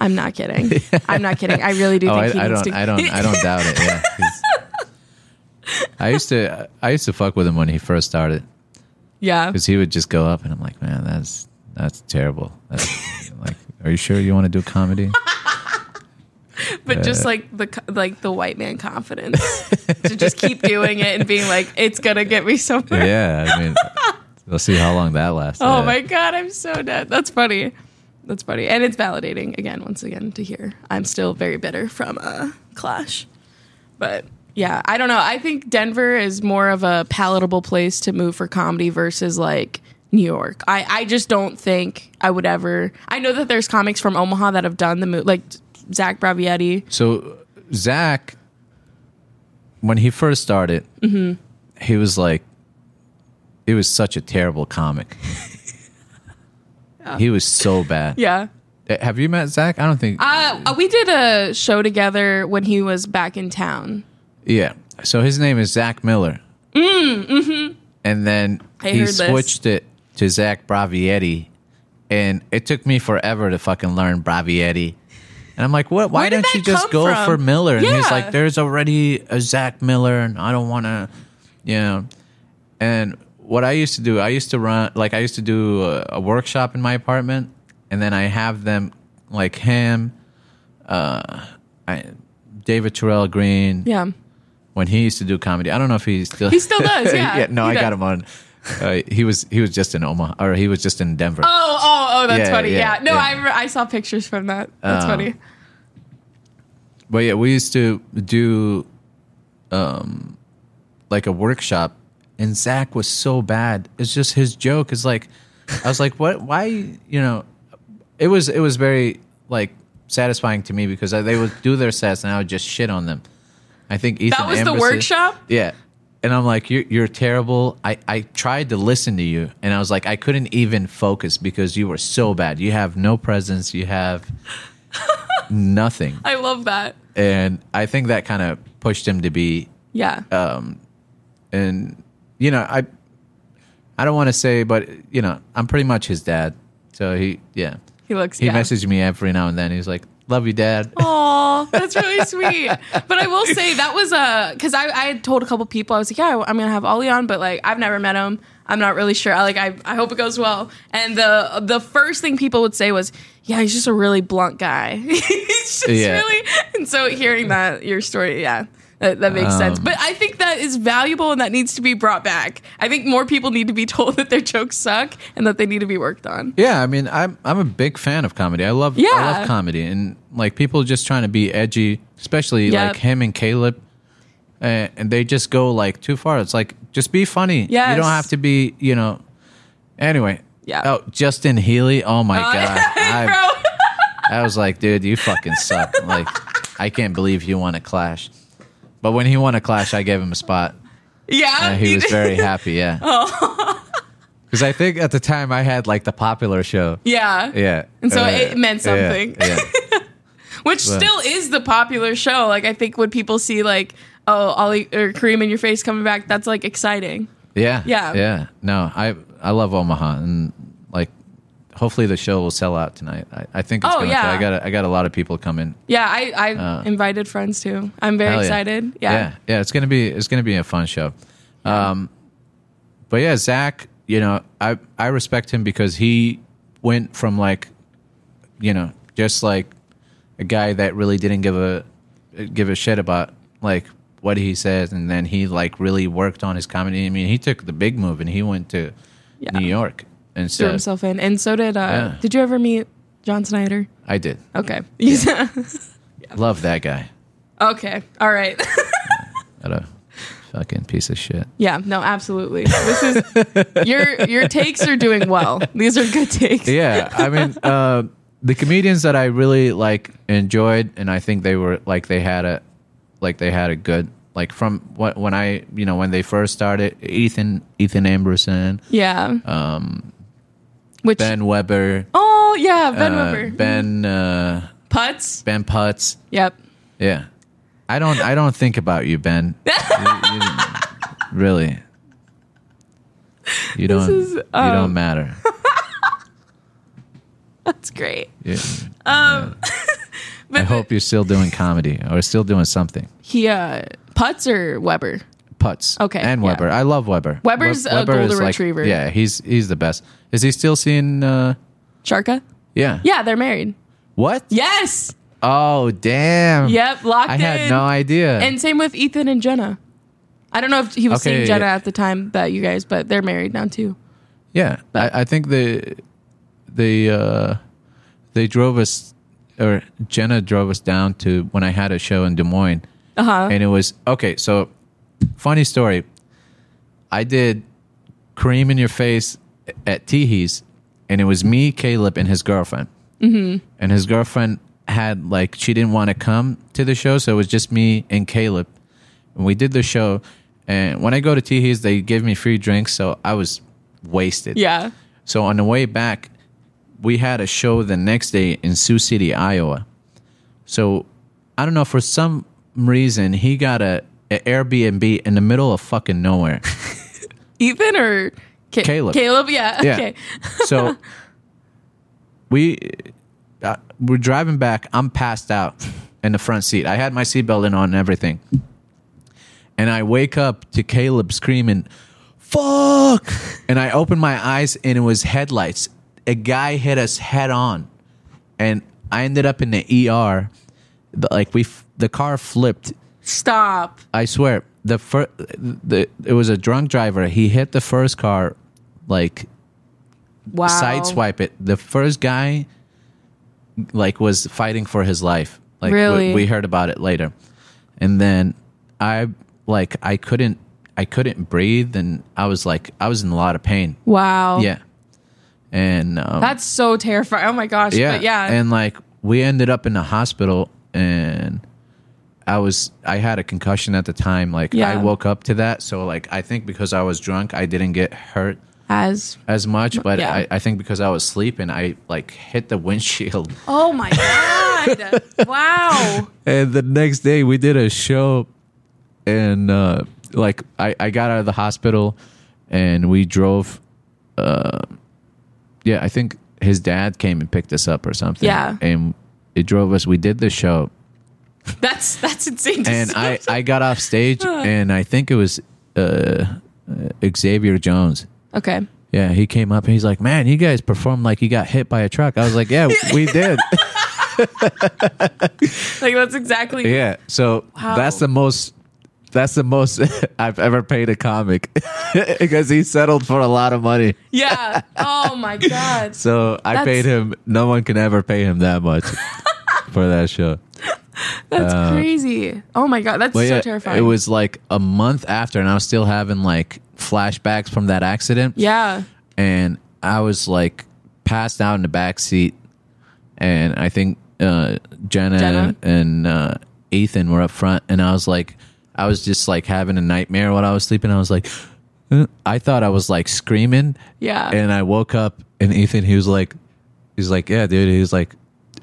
Speaker 1: I'm not kidding. I'm not kidding. I really do
Speaker 2: Oh,
Speaker 1: think he
Speaker 2: I, I
Speaker 1: needs
Speaker 2: don't,
Speaker 1: to.
Speaker 2: I don't, I don't doubt it. Yeah, 'Cause I used to, I used to fuck with him when he first started
Speaker 1: yeah.
Speaker 2: because he would just go up, and I'm like, man, that's that's terrible. That's, like, are you sure you want to do comedy?
Speaker 1: but just
Speaker 2: uh,
Speaker 1: like the co- like the white man confidence to just keep doing it and being like it's gonna get me somewhere
Speaker 2: yeah, I mean, we'll see how long that lasts.
Speaker 1: oh
Speaker 2: Yeah.
Speaker 1: my god i'm so dead that's funny that's funny and it's validating again once again to hear i'm still very bitter from a clash but yeah i don't know i think denver is more of a palatable place to move for comedy versus like new york i, I just don't think i would ever i know that there's comics from omaha that have done the move like zach bravietti
Speaker 2: So Zach, when he first started,
Speaker 1: Mm-hmm.
Speaker 2: he was like, he was such a terrible comic. He was so bad.
Speaker 1: yeah
Speaker 2: Uh, Have you met Zach? I don't think.
Speaker 1: Uh, uh, we did a show together when he was back in town.
Speaker 2: yeah. So his name is Zach Miller. Mm, mm-hmm. And then
Speaker 1: mm-hmm. I
Speaker 2: he
Speaker 1: heard this.
Speaker 2: switched it to Zach Bravietti, and it took me forever to fucking learn Bravietti. And I'm like, what? Why
Speaker 1: Where did
Speaker 2: don't you
Speaker 1: that
Speaker 2: just
Speaker 1: come
Speaker 2: go
Speaker 1: from?
Speaker 2: for Miller? And he's
Speaker 1: Yeah.
Speaker 2: like, there's already a Zach Miller, and I don't want to, you know. And what I used to do, I used to run, like, I used to do a, a workshop in my apartment, and then I have them, like, him, uh, I, David Terrell Green,
Speaker 1: Yeah.
Speaker 2: when he used to do comedy. I don't know if he still
Speaker 1: He still does, yeah.
Speaker 2: no,
Speaker 1: He
Speaker 2: I got
Speaker 1: does.
Speaker 2: him on. Uh, he was he was just in Omaha or he was just in Denver.
Speaker 1: Oh, oh, oh, that's
Speaker 2: Yeah,
Speaker 1: funny.
Speaker 2: yeah,
Speaker 1: Yeah. No,
Speaker 2: yeah.
Speaker 1: I, re- I saw pictures from that. That's
Speaker 2: Um,
Speaker 1: funny.
Speaker 2: But yeah, we used to do um like a workshop and Zach was so bad. It's just his joke is like I was like, "What why, you know, it was it was very like satisfying to me because I, they would do their sets and I would just shit on them. I think Ethan
Speaker 1: was the
Speaker 2: Ambrose-
Speaker 1: workshop?
Speaker 2: Yeah. And I'm like, you're, you're terrible. I, I tried to listen to you, and I was like, I couldn't even focus because you were so bad. You have no presence. You have nothing.
Speaker 1: I love that.
Speaker 2: And I think that kind of pushed him to be
Speaker 1: Yeah.
Speaker 2: uh, and you know i i don't want to say but you know i'm pretty much his dad so he yeah
Speaker 1: he looks.
Speaker 2: he
Speaker 1: yeah.
Speaker 2: messaged me every now and then he's like love you dad
Speaker 1: Aw, that's really sweet. But I will say that was a because I, I had told a couple people I was like, yeah, I- I'm gonna have Ollie on, but like I've never met him. I'm not really sure. I like I, I hope it goes well. And the the first thing people would say was, yeah, he's just a really blunt guy. he's just
Speaker 2: Yeah.
Speaker 1: really. And so hearing that your story, yeah. That, that makes
Speaker 2: Um,
Speaker 1: sense. But I think that is valuable and that needs to be brought back. I think more people need to be told that their jokes suck and that they need to be worked on.
Speaker 2: yeah i mean i'm i'm a big fan of comedy i love i
Speaker 1: Yeah.
Speaker 2: love comedy and like people just trying to be edgy especially
Speaker 1: Yep.
Speaker 2: like him and caleb uh, and they just go like too far it's like just be funny you
Speaker 1: Yes.
Speaker 2: don't have to be you know anyway
Speaker 1: Yeah.
Speaker 2: oh justin healy oh my god I-
Speaker 1: Bro.
Speaker 2: I was like, dude, you fucking suck. Like, I can't believe you won a clash. But when he won a clash, I gave him a spot.
Speaker 1: Yeah.
Speaker 2: And he
Speaker 1: you
Speaker 2: was
Speaker 1: did. Oh.
Speaker 2: very happy, yeah. Because I think at the time I had like the popular show.
Speaker 1: Yeah.
Speaker 2: Yeah.
Speaker 1: And so
Speaker 2: Uh,
Speaker 1: it meant
Speaker 2: yeah,
Speaker 1: something.
Speaker 2: Yeah.
Speaker 1: Which still is the popular show. Like I think when people see like, oh, Ollie or Kareem in your face coming back, that's like exciting.
Speaker 2: Yeah.
Speaker 1: Yeah.
Speaker 2: Yeah. No, I I love Omaha and like hopefully the show will sell out tonight. I, I think it's
Speaker 1: Oh,
Speaker 2: gonna
Speaker 1: yeah.
Speaker 2: I got I got a lot of people coming.
Speaker 1: Yeah, I I invited friends too. I'm very
Speaker 2: Uh. Hell yeah.
Speaker 1: excited. Yeah.
Speaker 2: yeah, yeah, It's gonna be it's gonna be a fun show. Um, but yeah, Zach, you know, I I respect him because he went from like, you know, just like a guy that really didn't give a give a shit about like what he says, and then he like really worked on his comedy. I mean, he took the big move and he went to
Speaker 1: Yeah.
Speaker 2: New York
Speaker 1: Threw
Speaker 2: instead.
Speaker 1: himself in. And so did uh
Speaker 2: Yeah.
Speaker 1: did you ever meet John Snyder?
Speaker 2: I did
Speaker 1: Okay.
Speaker 2: love that guy.
Speaker 1: okay. All right.
Speaker 2: What a fucking piece of shit.
Speaker 1: yeah, no, absolutely. This is your your takes are doing well. These are good takes.
Speaker 2: yeah i mean uh, the comedians that i really like enjoyed and i think they were like they had a like they had a good Like from what when I you know when they first started, Ethan Ethan Amberson,
Speaker 1: Yeah. Um. Which?
Speaker 2: Ben Weber,
Speaker 1: oh yeah, Ben
Speaker 2: uh,
Speaker 1: Weber.
Speaker 2: Ben uh,
Speaker 1: Putz.
Speaker 2: Ben Putz.
Speaker 1: Yep.
Speaker 2: Yeah, I don't I don't think about you, Ben. You- you- really, you don't
Speaker 1: is,
Speaker 2: you
Speaker 1: um,
Speaker 2: don't matter.
Speaker 1: That's great.
Speaker 2: You-
Speaker 1: But
Speaker 2: I hope you're still doing comedy or still doing something.
Speaker 1: he uh Putz or Weber.
Speaker 2: Putts.
Speaker 1: Okay,
Speaker 2: And
Speaker 1: yeah.
Speaker 2: Weber. I love Weber.
Speaker 1: Weber's
Speaker 2: Web-
Speaker 1: a golden
Speaker 2: is like-
Speaker 1: retriever.
Speaker 2: yeah, he's he's the best. Is he still seeing uh
Speaker 1: Sharka.
Speaker 2: yeah.
Speaker 1: Yeah, they're married.
Speaker 2: What?
Speaker 1: Yes.
Speaker 2: Oh damn.
Speaker 1: Yep. Locked
Speaker 2: I
Speaker 1: in.
Speaker 2: had no idea.
Speaker 1: And same with Ethan and Jenna. I don't know if he was
Speaker 2: Okay,
Speaker 1: seeing Jenna
Speaker 2: yeah.
Speaker 1: at the time that you guys, but they're married now too.
Speaker 2: yeah. I, I think the they uh they drove us or Jenna drove us down to when I had a show in Des Moines.
Speaker 1: Uh huh.
Speaker 2: and it was okay. So, funny story. I did cream in your face at Teehee's, and it was me, Caleb, and his girlfriend. Mm-hmm. And his girlfriend had like she didn't want to come to the show, so it was just me and Caleb. And we did the show. And when I go to Teehee's, they give me free drinks, so I was wasted.
Speaker 1: Yeah.
Speaker 2: So on the way back, we had a show the next day in Sioux City, Iowa. So I don't know for some reason he got a, a Airbnb in the middle of fucking nowhere.
Speaker 1: Ethan or Ca-
Speaker 2: Caleb.
Speaker 1: Caleb. Yeah.
Speaker 2: Yeah.
Speaker 1: Okay.
Speaker 2: So we uh, we're driving back. I'm passed out in the front seat. I had my seatbelt in on and everything, and I wake up to Caleb screaming, "Fuck!" And I open my eyes, and it was headlights. A guy hit us head on, and I ended up in the ER. The, like we, f- the car flipped.
Speaker 1: Stop.
Speaker 2: I swear, the first, the it was a drunk driver. He hit the first car, like
Speaker 1: Wow.
Speaker 2: sideswipe it. The first guy, like, was fighting for his life. Like, we-
Speaker 1: Really?
Speaker 2: we, heard about it later, and then I like I couldn't I couldn't breathe, and I was like I was in a lot of pain.
Speaker 1: Wow.
Speaker 2: Yeah, and um,
Speaker 1: That's so terrifying. Oh my gosh.
Speaker 2: yeah,
Speaker 1: But yeah.
Speaker 2: and like we ended up in the hospital, and I was I had a concussion at the time. Like
Speaker 1: Yeah.
Speaker 2: I woke up to that, so like I think because I was drunk, I didn't get hurt
Speaker 1: As
Speaker 2: as much, but
Speaker 1: yeah.
Speaker 2: I, I think because I was sleeping, I like hit the windshield.
Speaker 1: Oh my god! wow.
Speaker 2: And the next day, we did a show, and uh, like I, I got out of the hospital, and we drove. Uh, yeah, I think his dad came and picked us up or something.
Speaker 1: Yeah.
Speaker 2: and it drove us. We did the show,
Speaker 1: That's that's insane. to
Speaker 2: and
Speaker 1: say.
Speaker 2: I I got off stage, and I think it was uh, uh, Xavier Jones.
Speaker 1: okay.
Speaker 2: Yeah, he came up and he's like, "Man, you guys performed like you got hit by a truck." I was like, "Yeah, we did."
Speaker 1: Like that's exactly.
Speaker 2: Yeah. So
Speaker 1: Wow.
Speaker 2: that's the most that's the most I've ever paid a comic because he settled for a lot of money.
Speaker 1: Yeah. Oh my god.
Speaker 2: So I
Speaker 1: That's-
Speaker 2: paid him no one can ever pay him that much for that show.
Speaker 1: That's crazy. Oh my god. That's so
Speaker 2: But Uh, yeah,
Speaker 1: terrifying.
Speaker 2: it was like a month after and I was still having like flashbacks from that accident.
Speaker 1: Yeah.
Speaker 2: and I was like passed out in the back seat, and I think uh, Jenna,
Speaker 1: Jenna?
Speaker 2: and uh, Ethan were up front, and I was like, I was just like having a nightmare while I was sleeping. I was like, "Huh?" I thought I was like screaming,
Speaker 1: Yeah.
Speaker 2: and I woke up, and Ethan, he was like, he's like, yeah, dude, he was like.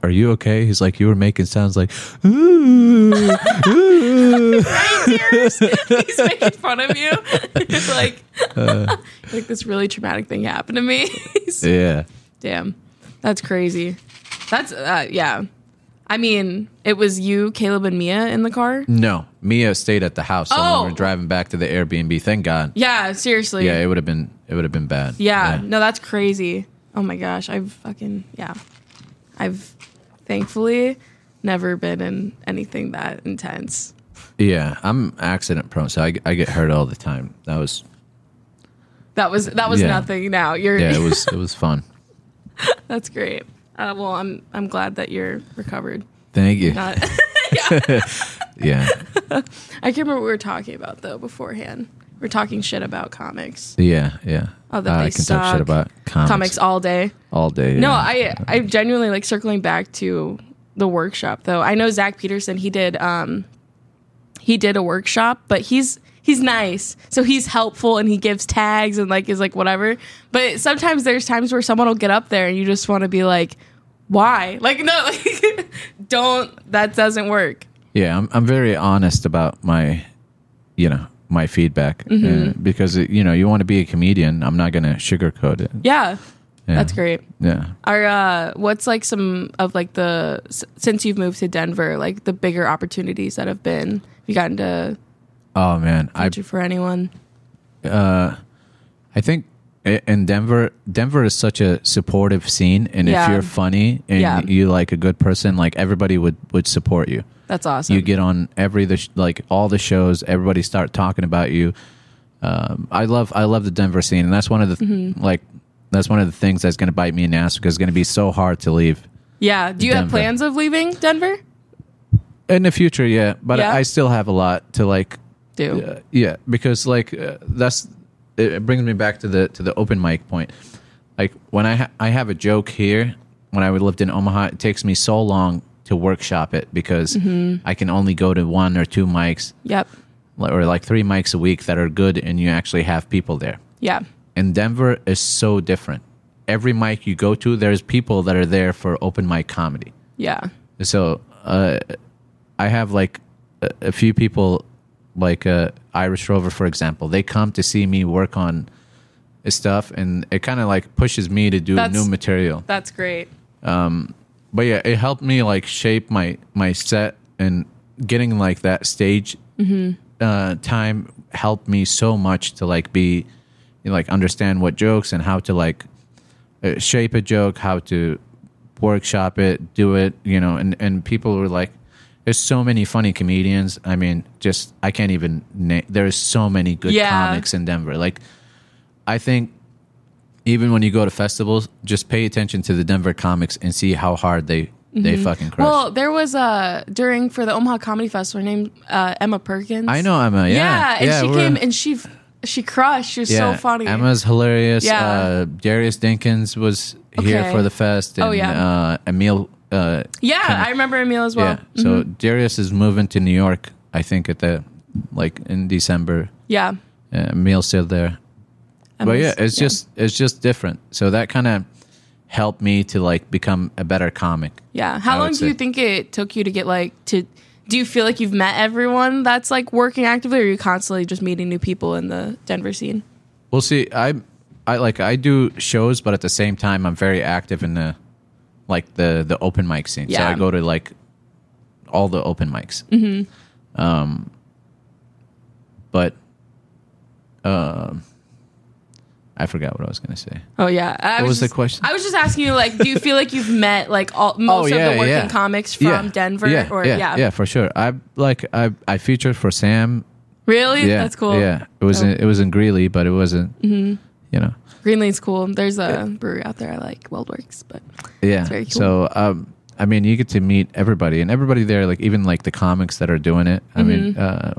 Speaker 2: Are you okay? He's like, you were making sounds like, ooh, ooh.
Speaker 1: Tears. He's making fun of you. It's like, like this really traumatic thing happened to me. He's-
Speaker 2: Uh, yeah,
Speaker 1: Damn, that's crazy. That's uh, yeah. I mean, it was you, Caleb, and Mia in the car.
Speaker 2: no. Mia stayed at the house, so
Speaker 1: Oh.
Speaker 2: when we were driving back to the Airbnb. Thank God.
Speaker 1: Yeah. Seriously.
Speaker 2: Yeah, it would have been it would have been bad.
Speaker 1: Yeah, no, that's crazy. Oh my gosh, I've fucking yeah, I've thankfully never been in anything that intense.
Speaker 2: Yeah, I'm accident prone, so I, I get hurt all the time. That was
Speaker 1: That was that was
Speaker 2: Yeah.
Speaker 1: nothing. Now you're
Speaker 2: yeah, it was it was fun.
Speaker 1: that's great. Uh, well, I'm I'm glad that you're recovered.
Speaker 2: Thank you.
Speaker 1: Not, yeah,
Speaker 2: Yeah,
Speaker 1: I can't remember what we were talking about though beforehand. We are talking shit about comics,
Speaker 2: yeah, yeah. Uh,
Speaker 1: Oh, that
Speaker 2: I
Speaker 1: they
Speaker 2: can talk
Speaker 1: suck.
Speaker 2: shit about comics,
Speaker 1: comics all day.
Speaker 2: all day.
Speaker 1: No,
Speaker 2: yeah.
Speaker 1: I I genuinely like circling back to the workshop though. I know Zach Peterson. He did um, he did a workshop, but he's he's nice. So he's helpful and he gives tags and like is like whatever. But sometimes there's times where someone will get up there and you just want to be like, why? Like no, like, don't. That doesn't work.
Speaker 2: Yeah, I'm I'm very honest about my, you know, my feedback
Speaker 1: Mm-hmm.
Speaker 2: uh, because you know you want to be a comedian. I'm not gonna sugarcoat it.
Speaker 1: Yeah,
Speaker 2: Yeah.
Speaker 1: that's great.
Speaker 2: Yeah.
Speaker 1: Are uh, what's like some of like the s- since you've moved to Denver, like the bigger opportunities that have been? Have you gotten to
Speaker 2: Oh man, I
Speaker 1: feature for anyone?
Speaker 2: I think i- in Denver, Denver is such a supportive scene, and
Speaker 1: Yeah.
Speaker 2: if you're funny and
Speaker 1: Yeah.
Speaker 2: you like a good person, like everybody would would support you.
Speaker 1: That's awesome.
Speaker 2: You get on every the sh- like all the shows. Everybody start talking about you. Um, I love I love the Denver scene, and that's one of the th- like that's one of the things that's going to bite me in the ass because it's going to be so hard to leave
Speaker 1: yeah. Do you have
Speaker 2: Denver.
Speaker 1: plans of leaving Denver?
Speaker 2: in the future. Yeah, but
Speaker 1: Yeah.
Speaker 2: I still have a lot to like.
Speaker 1: Do
Speaker 2: Uh, yeah, because like uh, that's it, it brings me back to the to the open mic point. Like when I ha- I have a joke here when I lived in Omaha, it takes me so long to workshop it because I can only go to one or two mics
Speaker 1: yep.
Speaker 2: li- or like three mics a week that are good and you actually have people there.
Speaker 1: Yeah.
Speaker 2: And Denver is so different. Every mic you go to, there's people that are there for open mic comedy.
Speaker 1: Yeah.
Speaker 2: So uh, I have like a, a few people, like uh, Irish Rover, for example. They come to see me work on stuff, and it kind of like pushes me to do
Speaker 1: That's-
Speaker 2: new material.
Speaker 1: That's great.
Speaker 2: But yeah, it helped me like shape my my set and getting like that stage uh, time helped me so much to like be you know, like understand what jokes and how to like uh, shape a joke, how to workshop it, do it, you know, and and people were like there's so many funny comedians. I mean, just I can't even name there's so many good
Speaker 1: Yeah.
Speaker 2: comics in Denver. Like I think even when you go to festivals, just pay attention to the Denver comics and see how hard they they fucking crush.
Speaker 1: Mm-hmm. Well, there was uh, during for the Omaha Comedy Festival, her name uh, Emma Perkins.
Speaker 2: I know Emma.
Speaker 1: Yeah,
Speaker 2: Yeah,
Speaker 1: and she
Speaker 2: we're-
Speaker 1: came and she f- she crushed. She was so funny.
Speaker 2: Emma's hilarious.
Speaker 1: Yeah.
Speaker 2: Uh, Darius Dinkins was
Speaker 1: Okay.
Speaker 2: here for the fest. And,
Speaker 1: Oh, yeah.
Speaker 2: Uh, Emil. Uh,
Speaker 1: yeah, I remember Emil as well. mm-hmm.
Speaker 2: yeah. So Darius is moving to New York, I think, at the like in December.
Speaker 1: Yeah.
Speaker 2: Uh, Emil's still there. but yeah,
Speaker 1: Emma's-
Speaker 2: it's just it's just different. So that kind of helped me to like become a better comic.
Speaker 1: Yeah. How
Speaker 2: I would
Speaker 1: long do you
Speaker 2: say.
Speaker 1: think it took you to get like to do you feel like you've met everyone that's like working actively or are you constantly just meeting new people in the Denver scene?
Speaker 2: Well, see, I, I like I do shows, but at the same time, I'm very active in the, like the the open mic scene. So
Speaker 1: Yeah.
Speaker 2: I go to like, all the open mics. Mm-hmm. Um. But, um, I forgot what I was gonna say.
Speaker 1: Oh yeah. I
Speaker 2: What was the
Speaker 1: just-
Speaker 2: question? Oh,
Speaker 1: I was just asking you like do you feel like you've met like all most of the working comics from
Speaker 2: Yeah.
Speaker 1: Denver
Speaker 2: Yeah,
Speaker 1: or
Speaker 2: yeah, yeah, for sure. I like I I featured for Sam.
Speaker 1: Really?
Speaker 2: Yeah,
Speaker 1: That's cool.
Speaker 2: Yeah, it was
Speaker 1: Oh. Mm-hmm.
Speaker 2: in, it was in Greeley, but it wasn't. You know.
Speaker 1: Greenlane's cool. There's a brewery out there I like, Weldworks, but
Speaker 2: Yeah.
Speaker 1: very cool.
Speaker 2: So, um, I mean, you get to meet everybody, and everybody there, like even like the comics that are doing it. I mean, uh,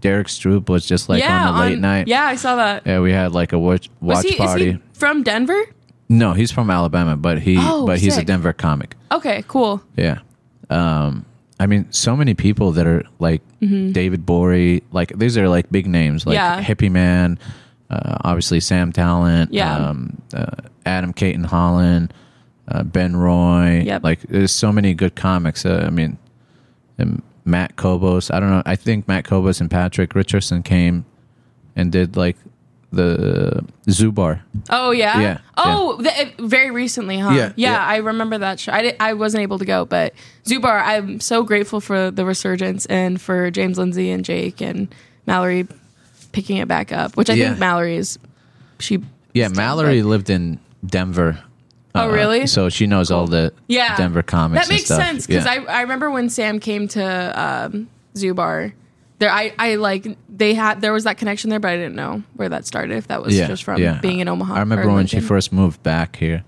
Speaker 2: Derek Stroop was just like
Speaker 1: Mm-hmm. yeah,
Speaker 2: on a late
Speaker 1: on-
Speaker 2: night.
Speaker 1: Yeah, I saw that.
Speaker 2: Yeah, we had like a watch,
Speaker 1: Was
Speaker 2: watch
Speaker 1: he,
Speaker 2: party.
Speaker 1: is he from Denver?
Speaker 2: no, he's from Alabama, but he
Speaker 1: Oh,
Speaker 2: but he's a
Speaker 1: sick.
Speaker 2: Denver comic.
Speaker 1: Okay, cool.
Speaker 2: Yeah. Um, I mean, so many people that are like David Bory, like these are like big names, like
Speaker 1: Mm-hmm. Yeah.
Speaker 2: Hippie Man, uh, obviously Sam Talent,
Speaker 1: Yeah.
Speaker 2: um, uh, Adam Caton Holland, uh, Ben Roy.
Speaker 1: Yep.
Speaker 2: Like, there's so many good comics. Uh, I mean, and Matt Kobos. I don't know. I think Matt Kobos and Patrick Richardson came and did like the Zubar.
Speaker 1: Oh yeah.
Speaker 2: Yeah,
Speaker 1: Oh, th- it- very recently, huh?
Speaker 2: Yeah, yeah.
Speaker 1: I remember that show. I, di- I wasn't able to go, but Zubar, I'm so grateful for the resurgence and for James Lindsay and Jake and Mallory picking it back up, which I
Speaker 2: Yeah.
Speaker 1: think Mallory is she.
Speaker 2: Yeah,
Speaker 1: is
Speaker 2: Mallory
Speaker 1: Denver.
Speaker 2: lived in Denver. uh,
Speaker 1: Oh, really?
Speaker 2: So she knows all the
Speaker 1: Yeah,
Speaker 2: Denver comics.
Speaker 1: That makes
Speaker 2: and stuff.
Speaker 1: sense because
Speaker 2: Yeah.
Speaker 1: I I remember when Sam came to um, Zubar. There, I, I like they had there was that connection there, but I didn't know where that started. If that was just from being in Omaha.
Speaker 2: I remember
Speaker 1: or
Speaker 2: when she
Speaker 1: Lincoln.
Speaker 2: first moved back here,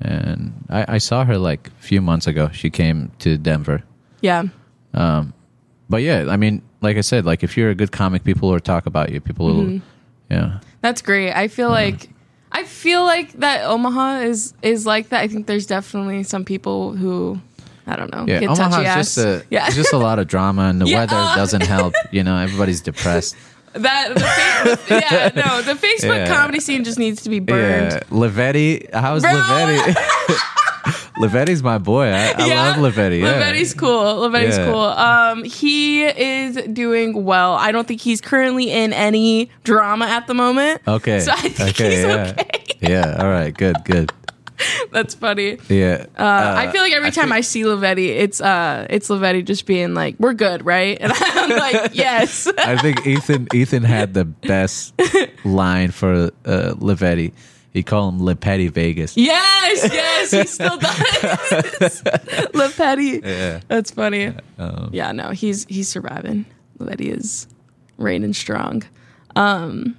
Speaker 2: and I, I saw her like a few months ago. She came to Denver,
Speaker 1: Yeah,
Speaker 2: but yeah, I mean, like I said, like if you're a good comic, people will talk about you. People will,
Speaker 1: Mm-hmm.
Speaker 2: yeah,
Speaker 1: That's great. I feel like I feel like that Omaha is is like that. I think there's definitely some people who I don't know.
Speaker 2: Yeah,
Speaker 1: get
Speaker 2: Omaha's
Speaker 1: touchy ass.
Speaker 2: just a
Speaker 1: yeah.
Speaker 2: just a lot of drama, and the
Speaker 1: Yeah.
Speaker 2: weather doesn't help. You know, everybody's depressed.
Speaker 1: that the, fa- the- yeah no the Facebook
Speaker 2: Yeah.
Speaker 1: comedy scene just needs to be burned.
Speaker 2: Yeah, Levetti. How's
Speaker 1: Bro!
Speaker 2: Levetti? Levetti's my boy. I, I love Levetti. Yeah.
Speaker 1: Levetti's cool. Levetti's
Speaker 2: Yeah.
Speaker 1: cool. Um, he is doing well. I don't think he's currently in any drama at the moment.
Speaker 2: Okay.
Speaker 1: So I think he's
Speaker 2: yeah.
Speaker 1: okay.
Speaker 2: yeah. All right. Good. Good.
Speaker 1: That's funny.
Speaker 2: Yeah.
Speaker 1: Uh, I feel like every time I see Levetti, it's uh, it's Levetti just being like, "We're good, right?" And I'm like, "Yes."
Speaker 2: I think Ethan Ethan had the best line for uh, Levetti. He called him Lepetti Vegas.
Speaker 1: Yes, yes, he still does. Lepetti.
Speaker 2: Yeah.
Speaker 1: That's funny. Yeah,
Speaker 2: Um,
Speaker 1: no, he's he's surviving. Letty is reigning strong. Um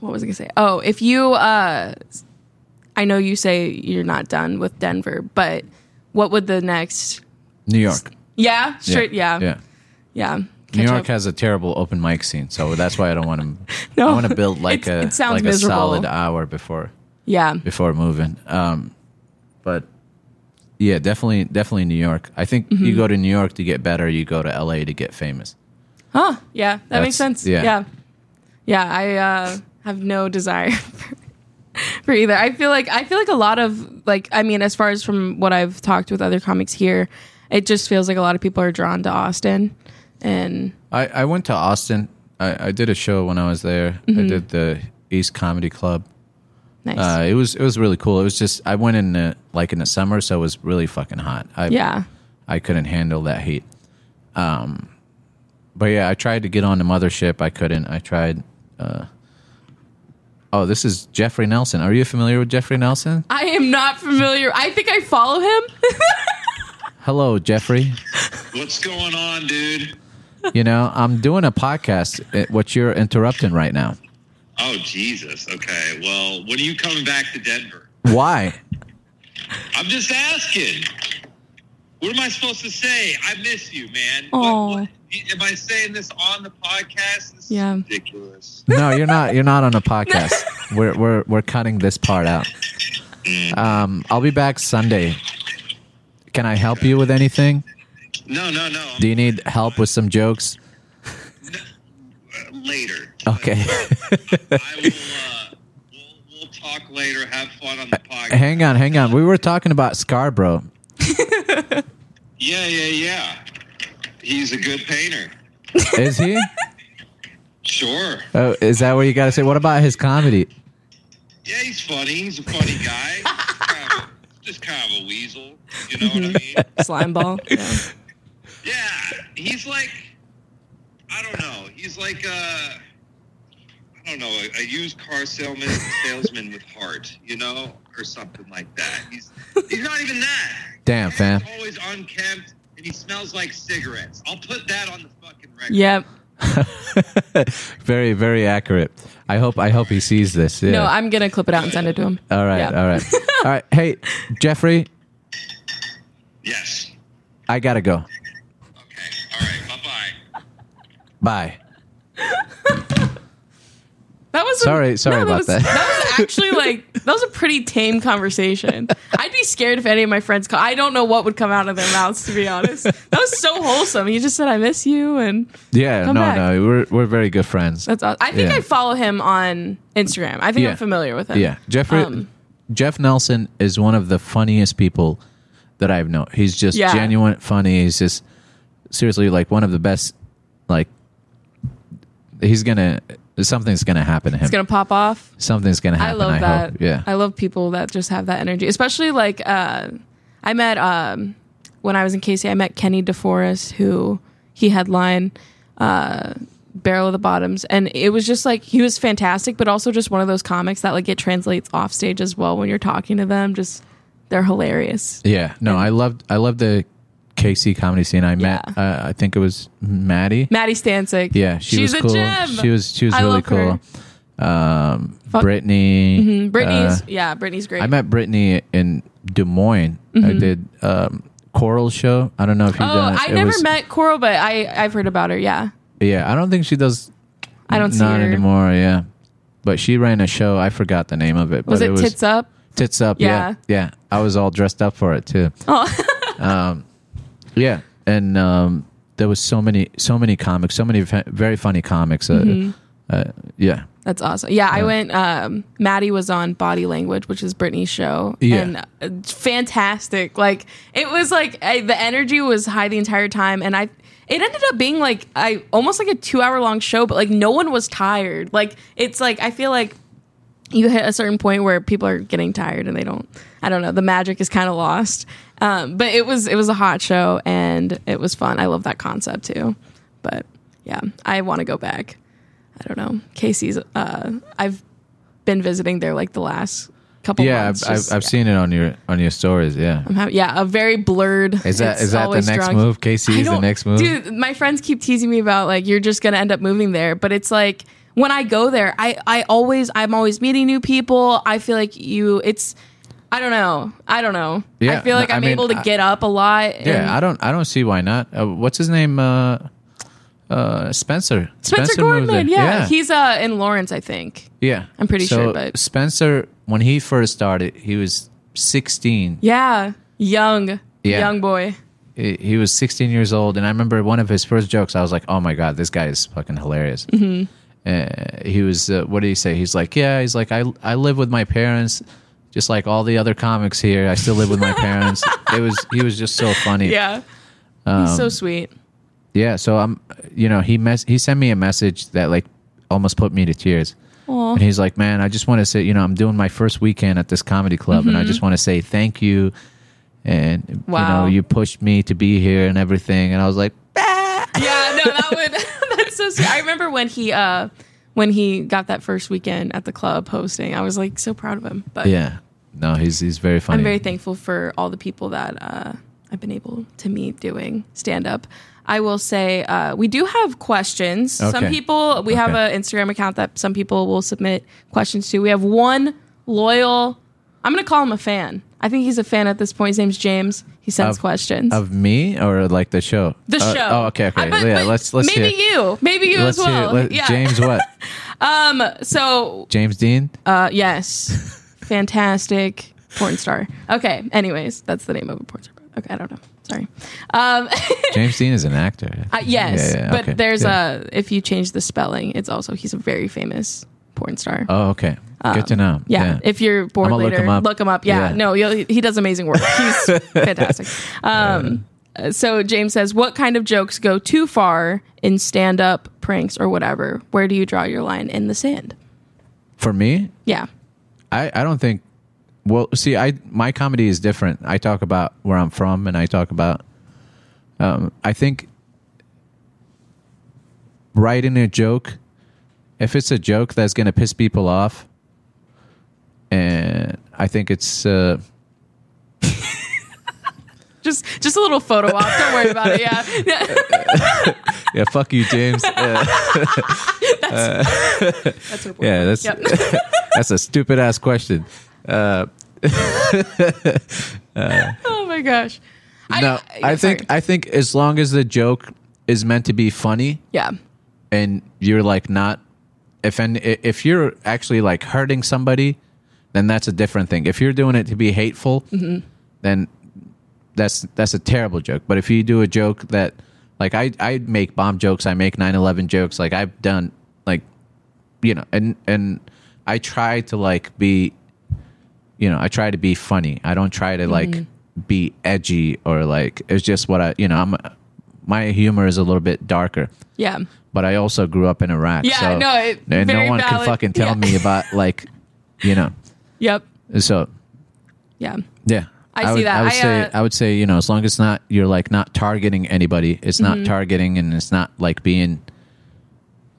Speaker 1: what was I gonna say? Oh, if you uh I know you say you're not done with Denver, but what would the next
Speaker 2: New York.
Speaker 1: Yeah, straight yeah. Yeah.
Speaker 2: Yeah. New
Speaker 1: Catch
Speaker 2: York
Speaker 1: up.
Speaker 2: has a terrible open mic scene, so that's why I don't want to.
Speaker 1: No.
Speaker 2: I want to build like
Speaker 1: It's-
Speaker 2: a
Speaker 1: it sounds
Speaker 2: like
Speaker 1: miserable.
Speaker 2: a solid hour before
Speaker 1: Yeah.
Speaker 2: before moving. Um, but yeah, definitely, definitely New York. I think you go to New York to get better. You go to L.A. to get famous.
Speaker 1: Huh. Yeah. That makes
Speaker 2: That's-
Speaker 1: sense.
Speaker 2: yeah.
Speaker 1: Yeah. Yeah. I uh, have no desire for, for either. I feel like I feel like a lot of like I mean, as far as from what I've talked with other comics here, it just feels like a lot of people are drawn to Austin. And
Speaker 2: I, I went to Austin. I, I did a show when I was there. I did the East Comedy Club.
Speaker 1: nice.
Speaker 2: Uh, it was it was really cool. It was just I went in the, like in the summer, so it was really fucking hot. I,
Speaker 1: yeah.
Speaker 2: I couldn't handle that heat. Um, but yeah, I tried to get on the mothership. I couldn't. I tried. Uh, oh, this is Jeffrey Nelson. Are you familiar with Jeffrey Nelson?
Speaker 1: I am not familiar. I think I follow him.
Speaker 2: Hello, Jeffrey.
Speaker 3: What's going on, dude?
Speaker 2: you know, I'm doing a podcast. eh, What you're interrupting right now?
Speaker 3: Oh, Jesus. Okay. Well, when are you coming back to Denver?
Speaker 2: Why?
Speaker 3: I'm just asking. What am I supposed to say? I miss you, man. What, what,
Speaker 1: Aw.
Speaker 3: am I saying this on the podcast? This
Speaker 1: Yeah.
Speaker 3: is ridiculous.
Speaker 2: No, you're not. You're not on a podcast. We're we're we're cutting this part out. Um, I'll be back Sunday. Can I help you with anything?
Speaker 3: No, no, no.
Speaker 2: Do you need help with some jokes?
Speaker 3: Uh, later.
Speaker 2: Okay.
Speaker 3: I will, uh, we'll, we'll talk later. Have fun on the podcast.
Speaker 2: hang on, hang on. We were talking about Scarborough.
Speaker 3: yeah, yeah, yeah. He's a good painter.
Speaker 2: Is he?
Speaker 3: Sure.
Speaker 2: Oh, is that what you got to say? What about his comedy?
Speaker 3: Yeah, he's funny. He's a funny guy. He's kind of a- just kind of a weasel. You know what I mean?
Speaker 1: Slime ball. Yeah.
Speaker 3: Yeah, he's like, I don't know. He's like, uh, I don't know, a, a used car salesman, salesman with heart, you know, or something like that. He's he's not even that.
Speaker 2: Damn, fam.
Speaker 3: He's always unkempt, and he smells like cigarettes. I'll put that on the fucking record.
Speaker 1: Yep.
Speaker 2: very, very accurate. I hope I hope he sees this. Yeah.
Speaker 1: No, I'm gonna clip it out and send it to him.
Speaker 2: all right,
Speaker 1: yeah.
Speaker 2: all right, all right. Hey, Jeffrey,
Speaker 3: Yes.
Speaker 2: I gotta go.
Speaker 3: Okay. All right. Bye bye.
Speaker 2: Bye.
Speaker 1: That was
Speaker 2: Sorry- sorry
Speaker 1: that
Speaker 2: about
Speaker 1: was-
Speaker 2: that.
Speaker 1: That was actually like that was a pretty tame conversation. I'd be scared if any of my friends. Call, I don't know what would come out of their mouths to be honest. That was so wholesome. He just said, "I miss you," and
Speaker 2: Yeah,
Speaker 1: Come
Speaker 2: no,
Speaker 1: back.
Speaker 2: no, we're we're very good friends.
Speaker 1: that's. Awesome. I think
Speaker 2: Yeah.
Speaker 1: I follow him on Instagram. I think
Speaker 2: Yeah.
Speaker 1: I'm familiar with him.
Speaker 2: yeah, Jeffrey.
Speaker 1: Um,
Speaker 2: Jeff Nelson is one of the funniest people that I've known. He's just
Speaker 1: Yeah.
Speaker 2: genuine funny. He's just seriously like one of the best. Like he's gonna something's gonna happen to him.
Speaker 1: it's gonna pop off.
Speaker 2: something's gonna happen.
Speaker 1: I love that.
Speaker 2: Hope. Yeah.
Speaker 1: I love people that just have that energy, especially like uh, I met um, when I was in KC. I met Kenny DeForest, who he headline uh, Barrel of the Bottoms, and it was just like he was fantastic, but also just one of those comics that like it translates off stage as well when you're talking to them. Just they're hilarious.
Speaker 2: yeah. No, I loved I loved the KC comedy scene. I met.
Speaker 1: Yeah.
Speaker 2: Uh, I think it was Maddie.
Speaker 1: Maddie Stancic,
Speaker 2: yeah, she
Speaker 1: she's
Speaker 2: was
Speaker 1: a
Speaker 2: cool.
Speaker 1: gem.
Speaker 2: She was she was
Speaker 1: I
Speaker 2: really
Speaker 1: love her.
Speaker 2: cool. Um,
Speaker 1: Fuck. Mm-hmm.
Speaker 2: Brittany.
Speaker 1: Brittany's
Speaker 2: uh,
Speaker 1: yeah, Brittany's great.
Speaker 2: I met Brittany in Des Moines. I did um, Coral show. I don't know if you've
Speaker 1: Mm-hmm. oh,
Speaker 2: done it.
Speaker 1: I
Speaker 2: It
Speaker 1: never
Speaker 2: was-
Speaker 1: met Coral, but I I've heard about her. Yeah,
Speaker 2: Yeah, I don't think she does.
Speaker 1: I don't see
Speaker 2: not
Speaker 1: her.
Speaker 2: anymore. Yeah, but she ran a show. I forgot the name of it.
Speaker 1: Was
Speaker 2: but
Speaker 1: it,
Speaker 2: was
Speaker 1: Tits Up?
Speaker 2: Tits up. Yeah. yeah, I was all dressed up for it too.
Speaker 1: Oh.
Speaker 2: Yeah, and um, there was so many, so many comics, so many fa- very funny comics. Uh,
Speaker 1: Mm-hmm.
Speaker 2: uh, yeah,
Speaker 1: That's awesome. Yeah, I went. Um, Maddie was on Body Language, which is Britney's show,
Speaker 2: Yeah.
Speaker 1: and uh, it's fantastic. Like it was like I, the energy was high the entire time, and I it ended up being like I almost like a two hour long show, but like no one was tired. Like it's like I feel like you hit a certain point where people are getting tired and they don't. I don't know. The magic is kind of lost. Um, but it was it was a hot show and it was fun. I love that concept too. But yeah, I want to go back. I don't know. Casey's. Uh, I've been visiting there like the last couple.
Speaker 2: yeah.
Speaker 1: months.
Speaker 2: I've, I've, I've seen it on your on your stories. Yeah,
Speaker 1: I'm hav- yeah, a very blurred.
Speaker 2: is that
Speaker 1: it's
Speaker 2: is that the
Speaker 1: always
Speaker 2: next
Speaker 1: drunk.
Speaker 2: move? KC
Speaker 1: I
Speaker 2: is the
Speaker 1: don't-
Speaker 2: next move.
Speaker 1: Dude, my friends keep teasing me about like you're just gonna end up moving there, but it's like when I go there, I I always I'm always meeting new people. I feel like you, it's I don't know, I don't know.
Speaker 2: Yeah,
Speaker 1: I feel like
Speaker 2: no, I
Speaker 1: I'm
Speaker 2: mean,
Speaker 1: able to
Speaker 2: I-
Speaker 1: get up a lot. and-
Speaker 2: yeah, I don't I don't see why not. Uh, what's his name? Uh, uh, Spencer.
Speaker 1: Spencer,
Speaker 2: moved
Speaker 1: Gordon,
Speaker 2: there.
Speaker 1: yeah, he's uh in Lawrence, I think.
Speaker 2: yeah.
Speaker 1: I'm pretty
Speaker 2: So
Speaker 1: sure, but-
Speaker 2: Spencer, when he first started, he was 16.
Speaker 1: Yeah, young,
Speaker 2: Yeah.
Speaker 1: young boy.
Speaker 2: he he was 16 years old and i remember one of his first jokes i was like oh my god this guy is fucking hilarious
Speaker 1: Mm-hmm.
Speaker 2: uh, he was uh, what did he say he's like yeah he's like I, I live with my parents just like all the other comics here i still live with my parents it was he was just so funny
Speaker 1: Yeah, he's
Speaker 2: Um,
Speaker 1: so sweet.
Speaker 2: yeah so i'm you know he mess he sent me a message that like almost put me to tears
Speaker 1: Aw.
Speaker 2: and he's like man i just want to say you know i'm doing my first weekend at this comedy club and i just want to say thank you and
Speaker 1: Mm-hmm. Wow.
Speaker 2: you know you pushed me to be here and everything and i was like
Speaker 1: yeah, no, that would that's so sweet. I remember when he uh when he got that first weekend at the club hosting, I was like so proud of him. But
Speaker 2: Yeah. No, he's he's very funny.
Speaker 1: I'm very thankful for all the people that uh I've been able to meet doing stand up. I will say uh, we do have questions. Some
Speaker 2: Okay.
Speaker 1: people we have
Speaker 2: Okay.
Speaker 1: an Instagram account that some people will submit questions to. We have one loyal. I'm going to call him a fan. I think he's a fan at this point. His name's James. He sends
Speaker 2: Of-
Speaker 1: questions.
Speaker 2: of me or like the show.
Speaker 1: the
Speaker 2: Uh,
Speaker 1: show.
Speaker 2: Oh, okay, okay.
Speaker 1: I- but-
Speaker 2: yeah,
Speaker 1: but
Speaker 2: let's let's
Speaker 1: maybe
Speaker 2: hear.
Speaker 1: you, maybe you
Speaker 2: let's
Speaker 1: as well.
Speaker 2: hear. let-
Speaker 1: yeah.
Speaker 2: James what?
Speaker 1: So
Speaker 2: James Dean?
Speaker 1: Uh, yes. Fantastic porn star. Okay. Anyways, that's the name of a porn star. Okay, I don't know. Sorry. Um,
Speaker 2: James Dean is an actor.
Speaker 1: uh, yes,
Speaker 2: Yeah, yeah,
Speaker 1: but
Speaker 2: okay.
Speaker 1: there's
Speaker 2: Yeah.
Speaker 1: uh a if you change the spelling, it's also he's a very famous porn star.
Speaker 2: Oh, okay. Good to know.
Speaker 1: um, yeah, if you're bored
Speaker 2: I'ma look
Speaker 1: later,
Speaker 2: him up.
Speaker 1: Yeah,
Speaker 2: Yeah.
Speaker 1: no, you'll, he does amazing work. He's fantastic. Um, uh, so James says, "What kind of jokes go too far in stand-up pranks or whatever? Where do you draw your line in the sand?"
Speaker 2: For me,
Speaker 1: Yeah,
Speaker 2: I, I don't think well see I my comedy is different. I talk about where I'm from and I talk about um, I think writing a joke if it's a joke that's gonna piss people off and I think it's uh,
Speaker 1: just just a little photo op. Don't worry about it. Yeah, yeah.
Speaker 2: yeah fuck you James Uh,
Speaker 1: That's her
Speaker 2: yeah that's
Speaker 1: Yep.
Speaker 2: that's a stupid ass question
Speaker 1: oh my gosh.
Speaker 2: no I, think
Speaker 1: sorry.
Speaker 2: I think as long as the joke is meant to be funny
Speaker 1: yeah.
Speaker 2: and you're like not if and if you're actually like hurting somebody then that's a different thing if you're doing it to be hateful then that's that's a terrible joke but if you do a joke that like i i make bomb jokes i make 9-11 jokes like i've done like you know and and i try to like be you know i try to be funny i don't try to like be edgy or like it's just what i you know i'm my humor is a little bit darker
Speaker 1: Yeah.
Speaker 2: but I also grew up in Iraq.
Speaker 1: Yeah,
Speaker 2: so
Speaker 1: no, it-
Speaker 2: and no
Speaker 1: very
Speaker 2: one can
Speaker 1: valid.
Speaker 2: fucking tell
Speaker 1: Yeah.
Speaker 2: me about like, you know.
Speaker 1: Yep.
Speaker 2: So
Speaker 1: Yeah.
Speaker 2: yeah,
Speaker 1: I see
Speaker 2: would,
Speaker 1: that.
Speaker 2: I would
Speaker 1: I,
Speaker 2: say
Speaker 1: uh,
Speaker 2: I would say you know as long as not you're like not targeting anybody, it's
Speaker 1: Mm-hmm.
Speaker 2: not targeting and it's not like being.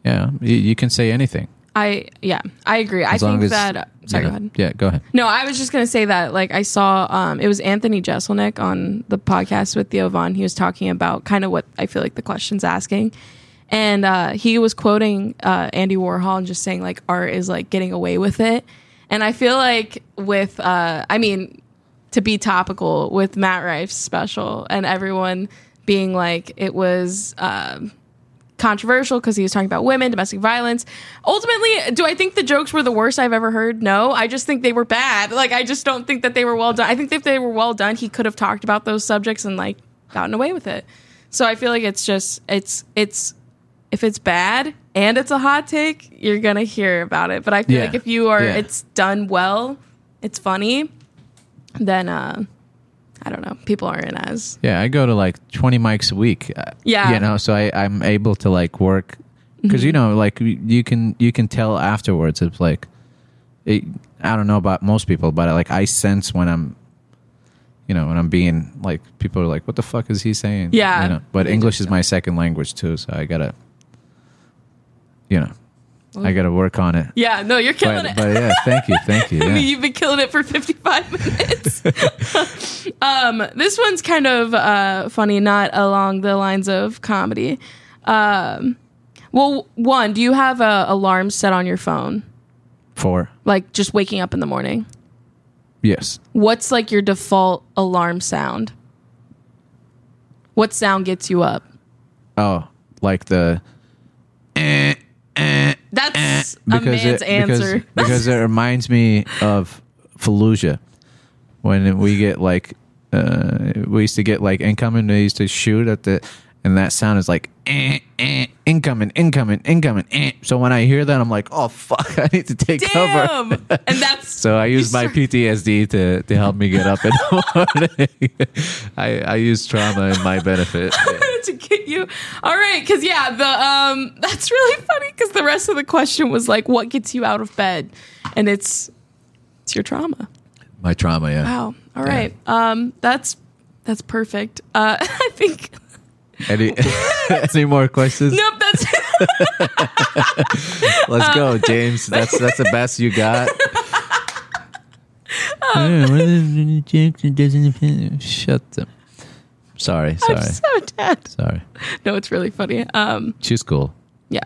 Speaker 2: Yeah, you, you can say anything.
Speaker 1: I yeah. I agree.
Speaker 2: As
Speaker 1: I
Speaker 2: long
Speaker 1: think
Speaker 2: as,
Speaker 1: that
Speaker 2: you
Speaker 1: sorry,
Speaker 2: know,
Speaker 1: go ahead.
Speaker 2: Yeah, go ahead.
Speaker 1: No, I was just gonna say that like I saw um it was Anthony Jeselnik on the podcast with Theo Vaughn. He was talking about kind of what I feel like the question's asking. And uh he was quoting uh Andy Warhol and just saying like art is like getting away with it. And I feel like with uh I mean to be topical with Matt Rife's special and everyone being like it was um controversial because he was talking about women, domestic violence. Ultimately, do I think the jokes were the worst I've ever heard? No, I just think they were bad. Like I just don't think that they were well done. I think if they were well done, he could have talked about those subjects and like gotten away with it. So I feel like it's just it's it's if it's bad and it's a hot take, you're gonna hear about it. But I feel
Speaker 2: Yeah.
Speaker 1: like if you are
Speaker 2: Yeah.
Speaker 1: it's done well, it's funny, then uh I don't know. People aren't as
Speaker 2: Yeah, I go to like 20 mics a week. uh,
Speaker 1: Yeah. Mm-hmm.
Speaker 2: You know, so I, I'm able to like work because, you know, like y- you can, you can tell afterwards. It's like, it, I don't know about most people, but like I sense when I'm, you know, when I'm being like, people are like, what the fuck is he saying?
Speaker 1: Yeah.
Speaker 2: You know, but
Speaker 1: They
Speaker 2: English
Speaker 1: just
Speaker 2: is my second language too. So I gotta, you know, I gotta work on it.
Speaker 1: Yeah, no, you're killing
Speaker 2: But,
Speaker 1: it.
Speaker 2: but yeah, thank you. Thank you.
Speaker 1: I mean,
Speaker 2: Yeah.
Speaker 1: you've been killing it for 55 minutes. um, this one's kind of uh, funny, not along the lines of comedy. Um, well, one, do you have a alarm set on your phone?
Speaker 2: Four.
Speaker 1: Like just waking up in the morning?
Speaker 2: Yes.
Speaker 1: What's like your default alarm sound? What sound gets you up?
Speaker 2: Oh, like the, eh,
Speaker 1: That's a man's answer.
Speaker 2: Because, because it reminds me of Fallujah when we get like uh, we used to get like incoming. They used to shoot at the and that sound is like eh, eh, incoming, incoming, incoming. Eh. So when I hear that, I'm like, oh fuck, I need to take cover.
Speaker 1: Damn. and that's
Speaker 2: So I use my PTSD to, to help me get up in the morning. I, I use trauma in my benefit.
Speaker 1: to get you all right because yeah the um that's really funny because the rest of the question was like what gets you out of bed and it's it's your trauma
Speaker 2: My trauma, yeah.
Speaker 1: wow all right um that's that's perfect uh i think
Speaker 2: Any, any more questions?
Speaker 1: nope that's Uh,
Speaker 2: Let's go, James. That's that's the best you got.
Speaker 1: Oh.
Speaker 2: Yeah, well, James doesn't- Shut them. Sorry, sorry,
Speaker 1: i'm so dead
Speaker 2: sorry.
Speaker 1: no it's really funny um
Speaker 2: She's cool.
Speaker 1: yeah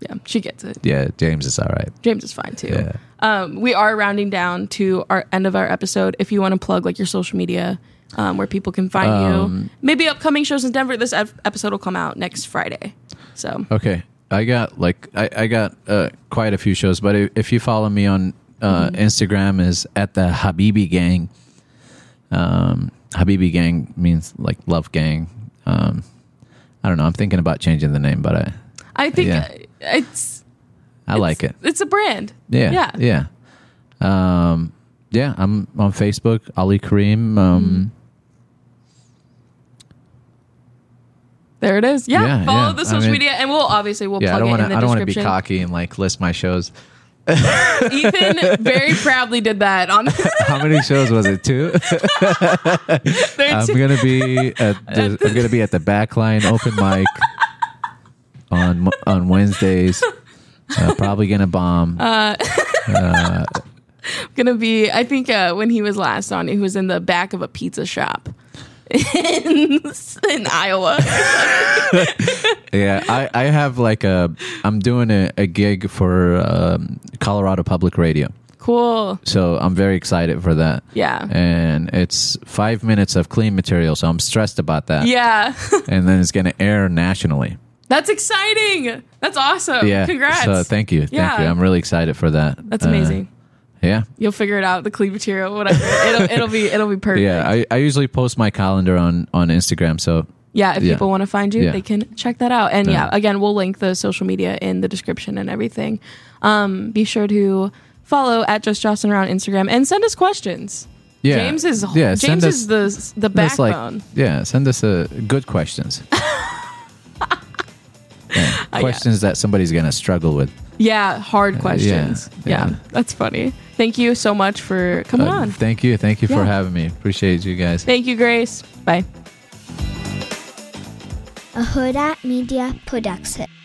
Speaker 1: yeah she gets it
Speaker 2: Yeah, James is all right.
Speaker 1: james is fine too
Speaker 2: Yeah.
Speaker 1: um we are rounding down to our end of our episode if you want to plug like your social media um, where people can find
Speaker 2: Um,
Speaker 1: you maybe upcoming shows in denver this ep- episode will come out next friday so
Speaker 2: Okay, I got like I, I got uh, quite a few shows, but if, if you follow me on uh, Instagram, is at the Habibi Gang. Um, Habibi Gang means like love gang. Um, I don't know. I'm thinking about changing the name, but I
Speaker 1: i think
Speaker 2: Yeah.
Speaker 1: uh it's
Speaker 2: I like it.
Speaker 1: it's a brand
Speaker 2: Yeah.
Speaker 1: yeah
Speaker 2: Yeah. Um, yeah. I'm on Facebook, Ali Kareem.
Speaker 1: Mm-hmm.
Speaker 2: Um,
Speaker 1: there it is yeah,
Speaker 2: Yeah,
Speaker 1: follow
Speaker 2: yeah.
Speaker 1: the
Speaker 2: I
Speaker 1: social
Speaker 2: mean-
Speaker 1: media and we'll obviously we'll
Speaker 2: Yeah. I
Speaker 1: plug
Speaker 2: don't
Speaker 1: it
Speaker 2: want
Speaker 1: in
Speaker 2: to.
Speaker 1: the
Speaker 2: I don't want to be
Speaker 1: description
Speaker 2: cocky and like list my shows.
Speaker 1: ethan very proudly did that on
Speaker 2: How many shows was it? Two.
Speaker 1: there
Speaker 2: I'm
Speaker 1: too.
Speaker 2: gonna be at the, I'm gonna be at the backline open mic on Mo- on Wednesdays. Uh, probably gonna bomb.
Speaker 1: Uh, gonna be i think uh when he was last on he was in the back of a pizza shop in, in iowa
Speaker 2: yeah, I, I have like a I'm doing a, a gig for um, Colorado Public Radio,
Speaker 1: cool
Speaker 2: so I'm very excited for that.
Speaker 1: yeah
Speaker 2: and it's five minutes of clean material, so I'm stressed about that.
Speaker 1: Yeah.
Speaker 2: And then it's going to air nationally.
Speaker 1: That's exciting. That's awesome.
Speaker 2: Yeah.
Speaker 1: Congrats.
Speaker 2: So thank you. Thank
Speaker 1: Yeah.
Speaker 2: you. I'm really excited for that.
Speaker 1: That's
Speaker 2: Uh,
Speaker 1: amazing.
Speaker 2: yeah.
Speaker 1: You'll figure it out, the clean material, whatever. it'll it'll be it'll be perfect.
Speaker 2: Yeah. I, I usually post my calendar on, on Instagram. So
Speaker 1: Yeah, if
Speaker 2: Yeah.
Speaker 1: people want to find you,
Speaker 2: Yeah.
Speaker 1: they can check that out. And yeah.
Speaker 2: Yeah.
Speaker 1: again, we'll link the social media in the description and everything. Um, be sure to follow at just Jocelyn around Instagram and send us questions.
Speaker 2: yeah.
Speaker 1: James is
Speaker 2: yeah,
Speaker 1: James
Speaker 2: send us-
Speaker 1: is the the
Speaker 2: send us, like-
Speaker 1: backbone.
Speaker 2: yeah. Send us uh, good questions. Yeah,
Speaker 1: Oh,
Speaker 2: Questions that somebody's going to struggle with.
Speaker 1: yeah, hard questions. yeah,
Speaker 2: yeah.
Speaker 1: that's funny. Thank you so much for coming
Speaker 2: Uh,
Speaker 1: on.
Speaker 2: thank you. Thank you
Speaker 1: Yeah.
Speaker 2: for having me. Appreciate you guys.
Speaker 1: Thank you, Grace. Bye.
Speaker 4: a Huda Media Production.